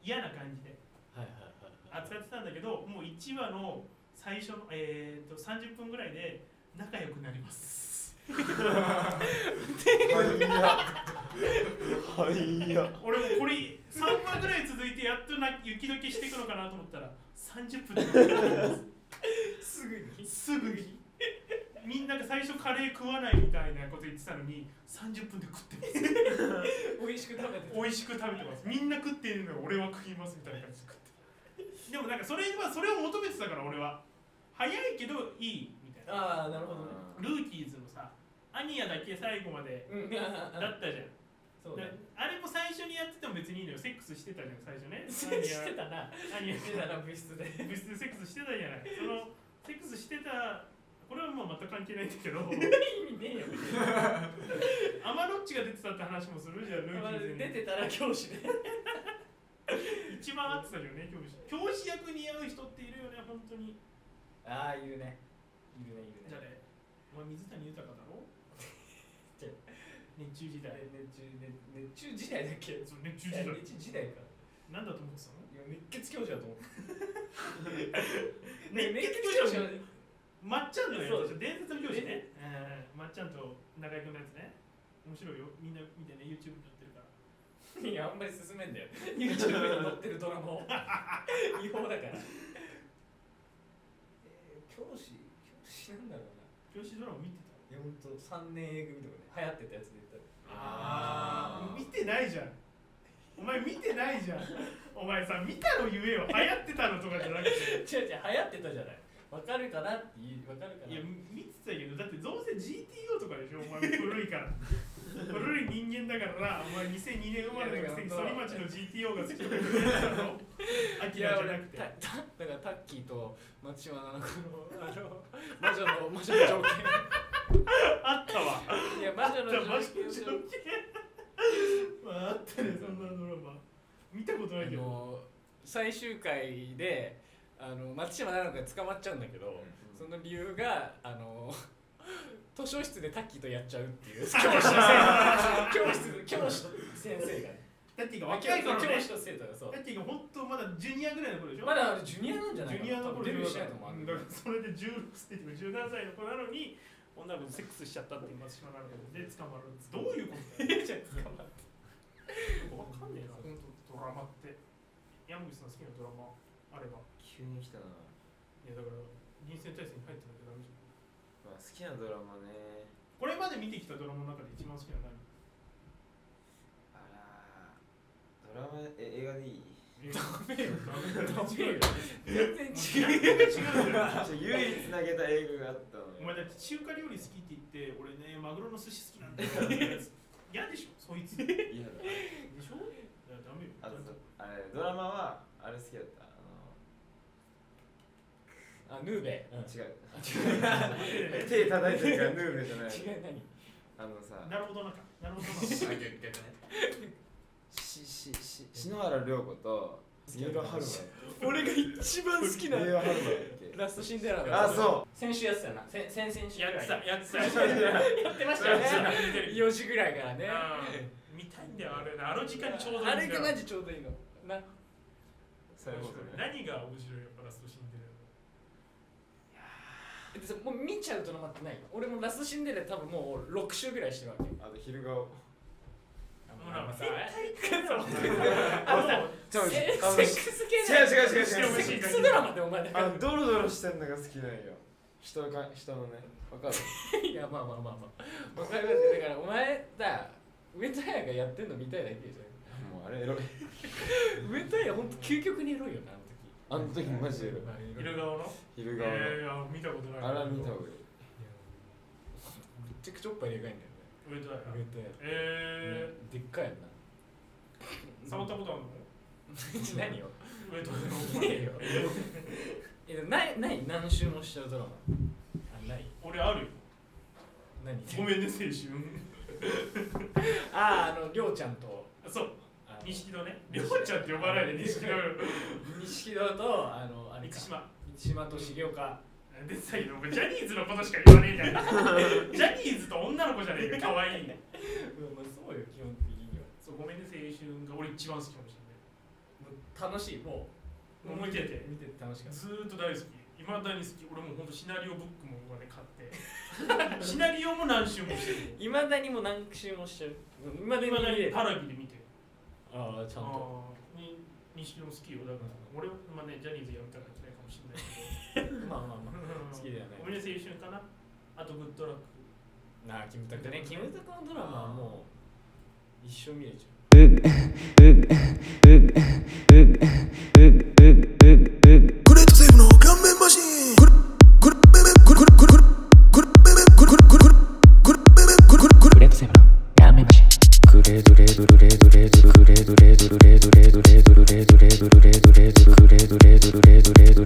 [SPEAKER 2] 嫌な感じで
[SPEAKER 3] はいはいはいはい
[SPEAKER 2] 扱ってたんだけどもう1話の最初の、えー、と30分ぐらいで仲良くなります
[SPEAKER 1] はいや
[SPEAKER 2] 俺もこれ3話ぐらい続いてやっとな雪解けしていくのかなと思ったら30分で仲良くなりますすぐにすぐにみんなが最初カレー食わないみたいなこと言ってたのに30分で食ってます
[SPEAKER 3] 美味しく食べて
[SPEAKER 2] 美味しく食べてますみんな食っているのに俺は食いますみたいな感じで食ってでもなんかそれはそれを求めてたから俺は早いけどいいみたいな
[SPEAKER 4] ああなるほどね
[SPEAKER 2] ルーキーズのさアニヤだけ最後まで
[SPEAKER 4] うん
[SPEAKER 2] だ
[SPEAKER 3] [LAUGHS]
[SPEAKER 2] ったじゃん
[SPEAKER 4] そう
[SPEAKER 2] だ
[SPEAKER 4] ね
[SPEAKER 2] あれも最初にやってても別にいいのよセックスしてたじゃん最初ね
[SPEAKER 3] [LAUGHS] してた
[SPEAKER 2] ア
[SPEAKER 3] な
[SPEAKER 2] ニヤ
[SPEAKER 3] してたな部室で
[SPEAKER 2] 別にセックスしてたじゃないそのセックスしてたこれはもう全く関係ないんだ [LAUGHS] けど
[SPEAKER 3] 意味ね
[SPEAKER 4] [LAUGHS]
[SPEAKER 3] えよ
[SPEAKER 2] アマロッチが出てたって話もするじゃんルーキーズに
[SPEAKER 3] 出てたら教師で
[SPEAKER 2] 一番合ってたよね教師教師役に合う人っているよね本当 [LAUGHS] に
[SPEAKER 4] ああいるねいるねいるね
[SPEAKER 2] 誰お前水谷豊だろ熱中時代
[SPEAKER 4] 熱中熱中時代だっけ
[SPEAKER 2] そう熱中時
[SPEAKER 4] 熱
[SPEAKER 2] 代
[SPEAKER 4] 中時代か
[SPEAKER 2] なんだと思ってたの
[SPEAKER 4] いや熱血教師だと思って
[SPEAKER 3] [LAUGHS]
[SPEAKER 2] 熱血教師まっちゃんのやつでしょ伝説の教師ね、うんまっちゃんと中居君のやつね面白いよみんな見てね YouTube に載ってるから
[SPEAKER 3] いやあんまり進めんだよ YouTube に載ってるドラ
[SPEAKER 4] [LAUGHS]
[SPEAKER 3] マを違法だから
[SPEAKER 4] えー教師教師なんだろうな
[SPEAKER 2] 教師ドラマ見てた
[SPEAKER 4] いやほんと3年 A 組とかね流行ってたやつで言った
[SPEAKER 2] あ
[SPEAKER 4] ら
[SPEAKER 2] 見てないじゃんお前見てないじゃんお前さ見たの言えよ流行ってたのとかじゃなくて
[SPEAKER 3] 違う違う流行ってたじゃないわかるかなって言うわかるか
[SPEAKER 2] い
[SPEAKER 3] な
[SPEAKER 2] や見てたけどだってどうせ GTO とかでしょお前古いから古い人間だからなお前2002年生まれのくせに反町の GTO が好きだったのアキラじゃなくて
[SPEAKER 3] たただからタッキーと松島菜々子のあの魔女の魔女の条
[SPEAKER 2] あったわ
[SPEAKER 3] [LAUGHS] 件いや魔女の
[SPEAKER 2] じゃあ
[SPEAKER 3] 条
[SPEAKER 2] マジで
[SPEAKER 3] 件
[SPEAKER 2] 条件まああったねそんなドラマ見たことない
[SPEAKER 3] あ
[SPEAKER 2] けど
[SPEAKER 3] の最終回であの松島菜々子が捕まっちゃうんだけど、その理由があの図書室でタッキーとやっちゃうっていう教師の生徒教室教師の先生がね
[SPEAKER 4] タッティが若い頃ね
[SPEAKER 3] 教師と生徒がそう
[SPEAKER 4] タッティが本当まだジュニアぐらいの頃でしょ
[SPEAKER 3] まだあれジュニアなんじゃない
[SPEAKER 4] ジ
[SPEAKER 3] かな
[SPEAKER 4] ュニアの頃
[SPEAKER 3] デビューしてないと思う
[SPEAKER 4] だからそれで16歳とか17歳の子なのに女の子とセックスしちゃったっていう松島なのでで捕まるんですどういうことだよじゃ捕まってわかんねえな本当ドラマって山口さん好きなドラマあれば
[SPEAKER 1] 急に来たな、
[SPEAKER 4] いやだから臨戦態勢に入ってなきゃダメじゃん
[SPEAKER 1] まあ、好きなドラマね
[SPEAKER 4] これまで見てきたドラマの中で一番好きなのは
[SPEAKER 1] あら
[SPEAKER 4] 何
[SPEAKER 1] ドラマえ映画でいい
[SPEAKER 4] ダメよダメよ
[SPEAKER 3] 全然違う
[SPEAKER 4] 違うよ
[SPEAKER 1] ちょ唯一投げた映画があったのよ
[SPEAKER 4] お前だって中華料理好きって言って俺ねマグロの寿司好きなんだ [LAUGHS] よ嫌でしょそいつでしょ
[SPEAKER 1] 嫌だ
[SPEAKER 4] いやダメよ
[SPEAKER 1] あとあれドラマはあれ好きだったあ
[SPEAKER 3] あヌーベうん
[SPEAKER 1] の違う手叩いてるからヌーベじゃない
[SPEAKER 3] 違う何
[SPEAKER 1] あのさ
[SPEAKER 4] なるほどなんかなるほどなんか
[SPEAKER 5] 逆にね
[SPEAKER 1] ししし篠原涼子と三浦春馬
[SPEAKER 3] 俺が一番好きな
[SPEAKER 1] 三浦春馬だっけ
[SPEAKER 3] ラストシンデレラの
[SPEAKER 1] あそう
[SPEAKER 5] 先週やってたよな先先々週ぐ
[SPEAKER 2] [LAUGHS] や
[SPEAKER 5] らい
[SPEAKER 2] ってたやってた
[SPEAKER 5] やってましたよね
[SPEAKER 3] 4時ぐらいからね
[SPEAKER 2] 見たいんだよあれあの時間ちょうどい
[SPEAKER 3] あ
[SPEAKER 2] い
[SPEAKER 3] れ
[SPEAKER 2] んだ
[SPEAKER 3] が
[SPEAKER 2] よ
[SPEAKER 3] マジちょうどいいのな
[SPEAKER 1] そういうことね
[SPEAKER 2] 何が面白いやっぱラストシンデレラ
[SPEAKER 3] でもう見ちゃうドラマってない俺もラストシンデレラ多分もう6週ぐらいしてるわけ
[SPEAKER 1] あと昼顔
[SPEAKER 2] ほら
[SPEAKER 5] さ
[SPEAKER 2] [LAUGHS]
[SPEAKER 3] あのさ
[SPEAKER 1] ちょっと
[SPEAKER 3] セセッ
[SPEAKER 1] あの
[SPEAKER 3] クス系じゃない
[SPEAKER 1] 違う違う違う違う
[SPEAKER 3] セックスドラマでお前だか
[SPEAKER 1] あ
[SPEAKER 3] ら
[SPEAKER 1] のドロドロしてんのが好きなんよ人か人のねわかる
[SPEAKER 3] いやまあまあまあまあわかりますよだからお前だ上田彩がやってんの見たいだけじゃ
[SPEAKER 1] もうあれエロい
[SPEAKER 3] ん上田彩ほんと究極にエロいよなあの時
[SPEAKER 1] あの時マジエロい
[SPEAKER 2] 色顔の
[SPEAKER 1] 昼顔の
[SPEAKER 2] ええ見たことない
[SPEAKER 1] あれは見た方がいい
[SPEAKER 3] めちゃくちゃおっぱいでかいんだよね
[SPEAKER 2] 上戸だよ
[SPEAKER 3] 上田彩
[SPEAKER 2] え
[SPEAKER 3] でっかいよな
[SPEAKER 2] え触ったことあるの
[SPEAKER 3] 何よ
[SPEAKER 2] 上戸
[SPEAKER 3] ねえよえでもないない何周もしちゃうドラマあない
[SPEAKER 2] 俺ある [LAUGHS] よ
[SPEAKER 3] 何
[SPEAKER 2] ごめんね青春
[SPEAKER 3] あああのりょうちゃんと
[SPEAKER 2] そう
[SPEAKER 3] あの
[SPEAKER 2] 錦戸ねりょうちゃんって呼ばないで錦戸
[SPEAKER 3] 錦戸とあのあれ
[SPEAKER 2] 満
[SPEAKER 3] か
[SPEAKER 2] 島
[SPEAKER 3] 満島と重岡
[SPEAKER 2] でさよジャニーズのことしか言わねえじゃんジャニーズと女の子じゃねえか可愛いね
[SPEAKER 3] うんまあそうよ基本的には
[SPEAKER 2] そうごめんね青春が俺一番好きかもしれ
[SPEAKER 3] もう楽しいもう
[SPEAKER 2] ないもう見てて
[SPEAKER 3] 見てて楽しかっ
[SPEAKER 2] ずーっと大好きいまだに好き俺もうほんとシナリオブックも今ね買って [LAUGHS] シナリオも何周もしてる
[SPEAKER 3] たいまだにもう何周もしちゃういまだに
[SPEAKER 2] 今だ
[SPEAKER 3] 見
[SPEAKER 2] に
[SPEAKER 3] れる
[SPEAKER 2] パラビで見てる
[SPEAKER 3] ああちゃん
[SPEAKER 2] あ
[SPEAKER 3] と
[SPEAKER 2] あに錦戸も好きよだから俺はまあねジャニーズやめたらいけないかもしれ [LAUGHS] ないけど
[SPEAKER 3] まあまあま好きだよね
[SPEAKER 2] ごめんね青春かなあとグッドラック
[SPEAKER 3] あなあキムタクねキムタクのドラマはもう一生見れちゃう
[SPEAKER 8] グレートセーブの顔面マシングルグルベベグルグルグルベベグルグルグルベベグルグル
[SPEAKER 7] グレートセブンのラーメンマシングレードレードレードレードグレードレードレードレードレードレードレードレードレードグレードレードレードレードレード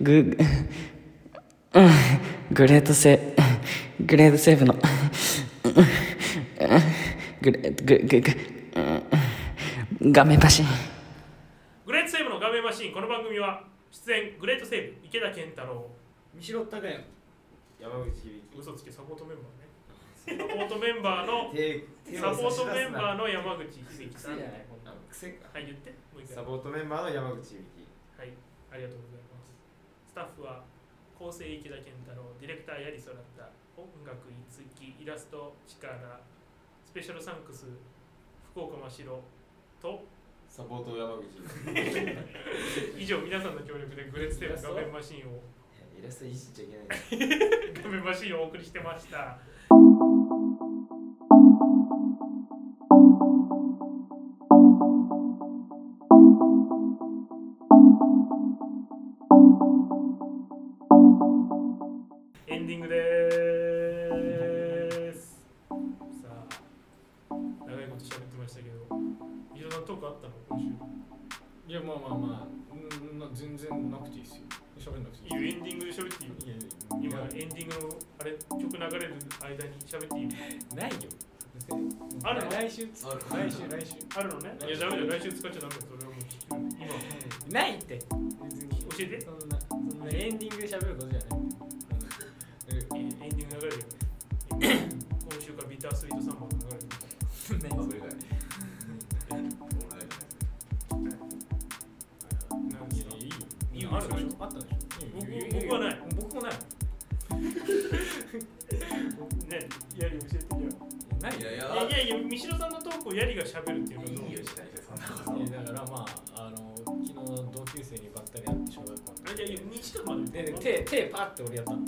[SPEAKER 7] ググレートセグレードセブンのグレードグググ画面マシン
[SPEAKER 2] グレートセーブの画面マシーンこの番組は出演グレートセーブ池田健太郎
[SPEAKER 3] 三城孝也
[SPEAKER 1] 山口響
[SPEAKER 2] 嘘つけサポートメンバーねサポートメンバーの
[SPEAKER 1] 手手
[SPEAKER 2] サポ
[SPEAKER 1] を差し出す
[SPEAKER 2] ート
[SPEAKER 1] な
[SPEAKER 2] メンバーの山口秀樹さん
[SPEAKER 3] 癖
[SPEAKER 2] は
[SPEAKER 3] じ
[SPEAKER 2] い
[SPEAKER 3] ゃない
[SPEAKER 1] あ癖か
[SPEAKER 2] 言ってもう一回
[SPEAKER 1] サ
[SPEAKER 2] は
[SPEAKER 1] ポートメンバーの山口響
[SPEAKER 2] いありがとうございますスタッフは構成池田健太郎ディレクターやりそらった音楽いつきイラスト力スペシャルサンクス福岡真城と
[SPEAKER 1] サポート山口響
[SPEAKER 2] 以上皆さんの協力でグレートセーブの画面マシーンを
[SPEAKER 1] イラストいじっちゃいけない
[SPEAKER 2] 画面マシーンをお送りしてましたエンディングですさあ長いこと喋ってましたけど伊藤さんトークあったの今
[SPEAKER 3] いやまあまあまあうんな全然なくていいですよ喋んなくてい
[SPEAKER 2] 週いいよエンディングで喋っていいよ
[SPEAKER 3] いいや
[SPEAKER 2] 今エ
[SPEAKER 3] いや
[SPEAKER 2] ンディングのあれ曲流れる間に喋っていい
[SPEAKER 3] ないよ
[SPEAKER 2] あるの
[SPEAKER 3] 来週来週来週
[SPEAKER 2] あるのねいやダメだよ来週使っちゃダメだよそれはもう今
[SPEAKER 3] ないって
[SPEAKER 2] 教えて
[SPEAKER 3] [LAUGHS] そんなそんなエンディングで喋ることじゃない
[SPEAKER 2] エンディング流れるよビタースイートサンバーが流れてる
[SPEAKER 1] それだね
[SPEAKER 2] なんですか
[SPEAKER 3] いい
[SPEAKER 2] いいよあるでしょ
[SPEAKER 3] あったでしょ
[SPEAKER 2] 僕
[SPEAKER 3] いいよ
[SPEAKER 2] 僕はない
[SPEAKER 3] 僕もない
[SPEAKER 2] [LAUGHS] ねやり教えてよ
[SPEAKER 3] ない
[SPEAKER 4] いやいや
[SPEAKER 2] いやいやいや三代さんのトークをやりが喋るっていうの
[SPEAKER 4] い
[SPEAKER 2] どう
[SPEAKER 4] いよしないでそんなこと
[SPEAKER 3] えだからまああの昨日同級生にばったり会って小学校の
[SPEAKER 2] あ
[SPEAKER 3] 時
[SPEAKER 2] いやいや西川まで
[SPEAKER 3] でで手手パッて俺やったの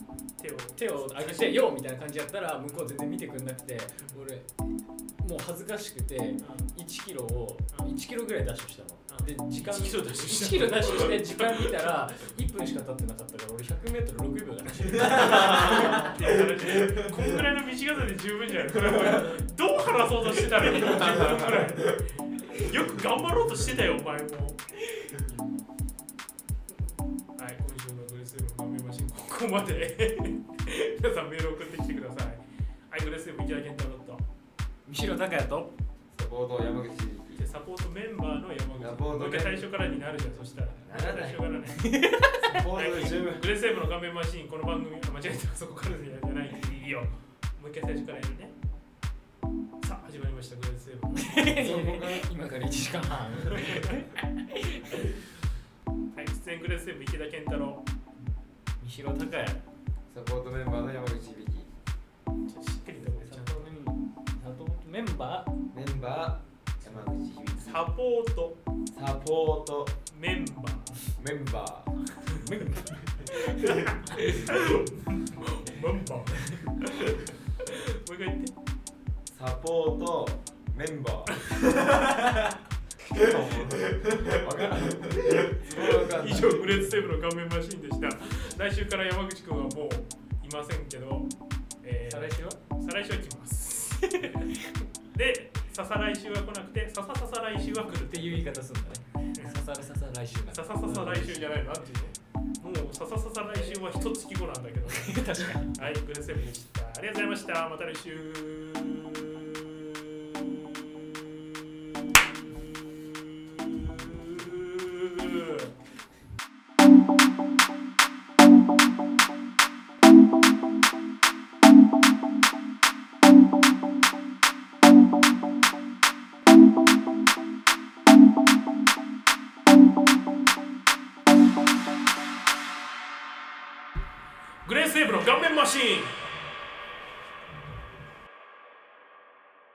[SPEAKER 2] 手を
[SPEAKER 3] 手を上げてよみたいな感じやったら向こう全然見てくんなくて俺もう恥ずかしくて1キロを
[SPEAKER 2] うん
[SPEAKER 3] 1キロぐらいダッシュしたので時間
[SPEAKER 2] 1キロダッシュした
[SPEAKER 3] 1キロダッシュして時間見たら1分しか経ってなかったから俺 100m6 秒だね
[SPEAKER 2] いやこんぐらいの短さで十分じゃないこれどう話そうとしてたの10分くらいよく頑張ろうとしてたよお前もはい今週のドレスルーム豆マシンここまで皆さんメール送ってきてくださいはいドレスルーム池田健太郎と
[SPEAKER 3] 三代高也と
[SPEAKER 1] サポート山口
[SPEAKER 2] でサポートメンバーの山口
[SPEAKER 1] サポートメンバー
[SPEAKER 2] もう一回最初からになるじゃんそしたら
[SPEAKER 1] ならない
[SPEAKER 2] 最初からね
[SPEAKER 1] サポートで十分
[SPEAKER 2] グレーセーブの画面マシーン、この番組、あ間違えた、そこからじゃない、いいよ。もう一回最初からやるね。さあ、始まりました、グレーセーブ。
[SPEAKER 3] 今から1時間
[SPEAKER 2] は
[SPEAKER 3] 半
[SPEAKER 2] い、出演グレーセーブ、池田健太郎。
[SPEAKER 3] 三代高也
[SPEAKER 1] サポートメンバーの山口響
[SPEAKER 2] ちょっとしっかりとこれちゃんと
[SPEAKER 3] サポートメンバー
[SPEAKER 1] メンバー山口響
[SPEAKER 2] サポート
[SPEAKER 1] サポート
[SPEAKER 2] メンバ
[SPEAKER 1] メンバ
[SPEAKER 2] ー。メンバー。もう一回言って。
[SPEAKER 1] ーサポートメンバ [LAUGHS] ーわからんわかんない
[SPEAKER 2] 以上、グレーズセーブの画面マシーンでした。来週から山口くんはもういませんけど、えー
[SPEAKER 3] 再来週は
[SPEAKER 2] 再来週は来ます。で、ささ来週は来なくて、ささささ来週は来る
[SPEAKER 3] っていう言い方するんだね刺さる刺さる来週が
[SPEAKER 2] ささささ来週じゃないのなんていうのもうささささ来週は一月後なんだけど [LAUGHS] 確かにはいグレセブンでしたありがとうございましたまた来週グレーセーブの顔面マシーン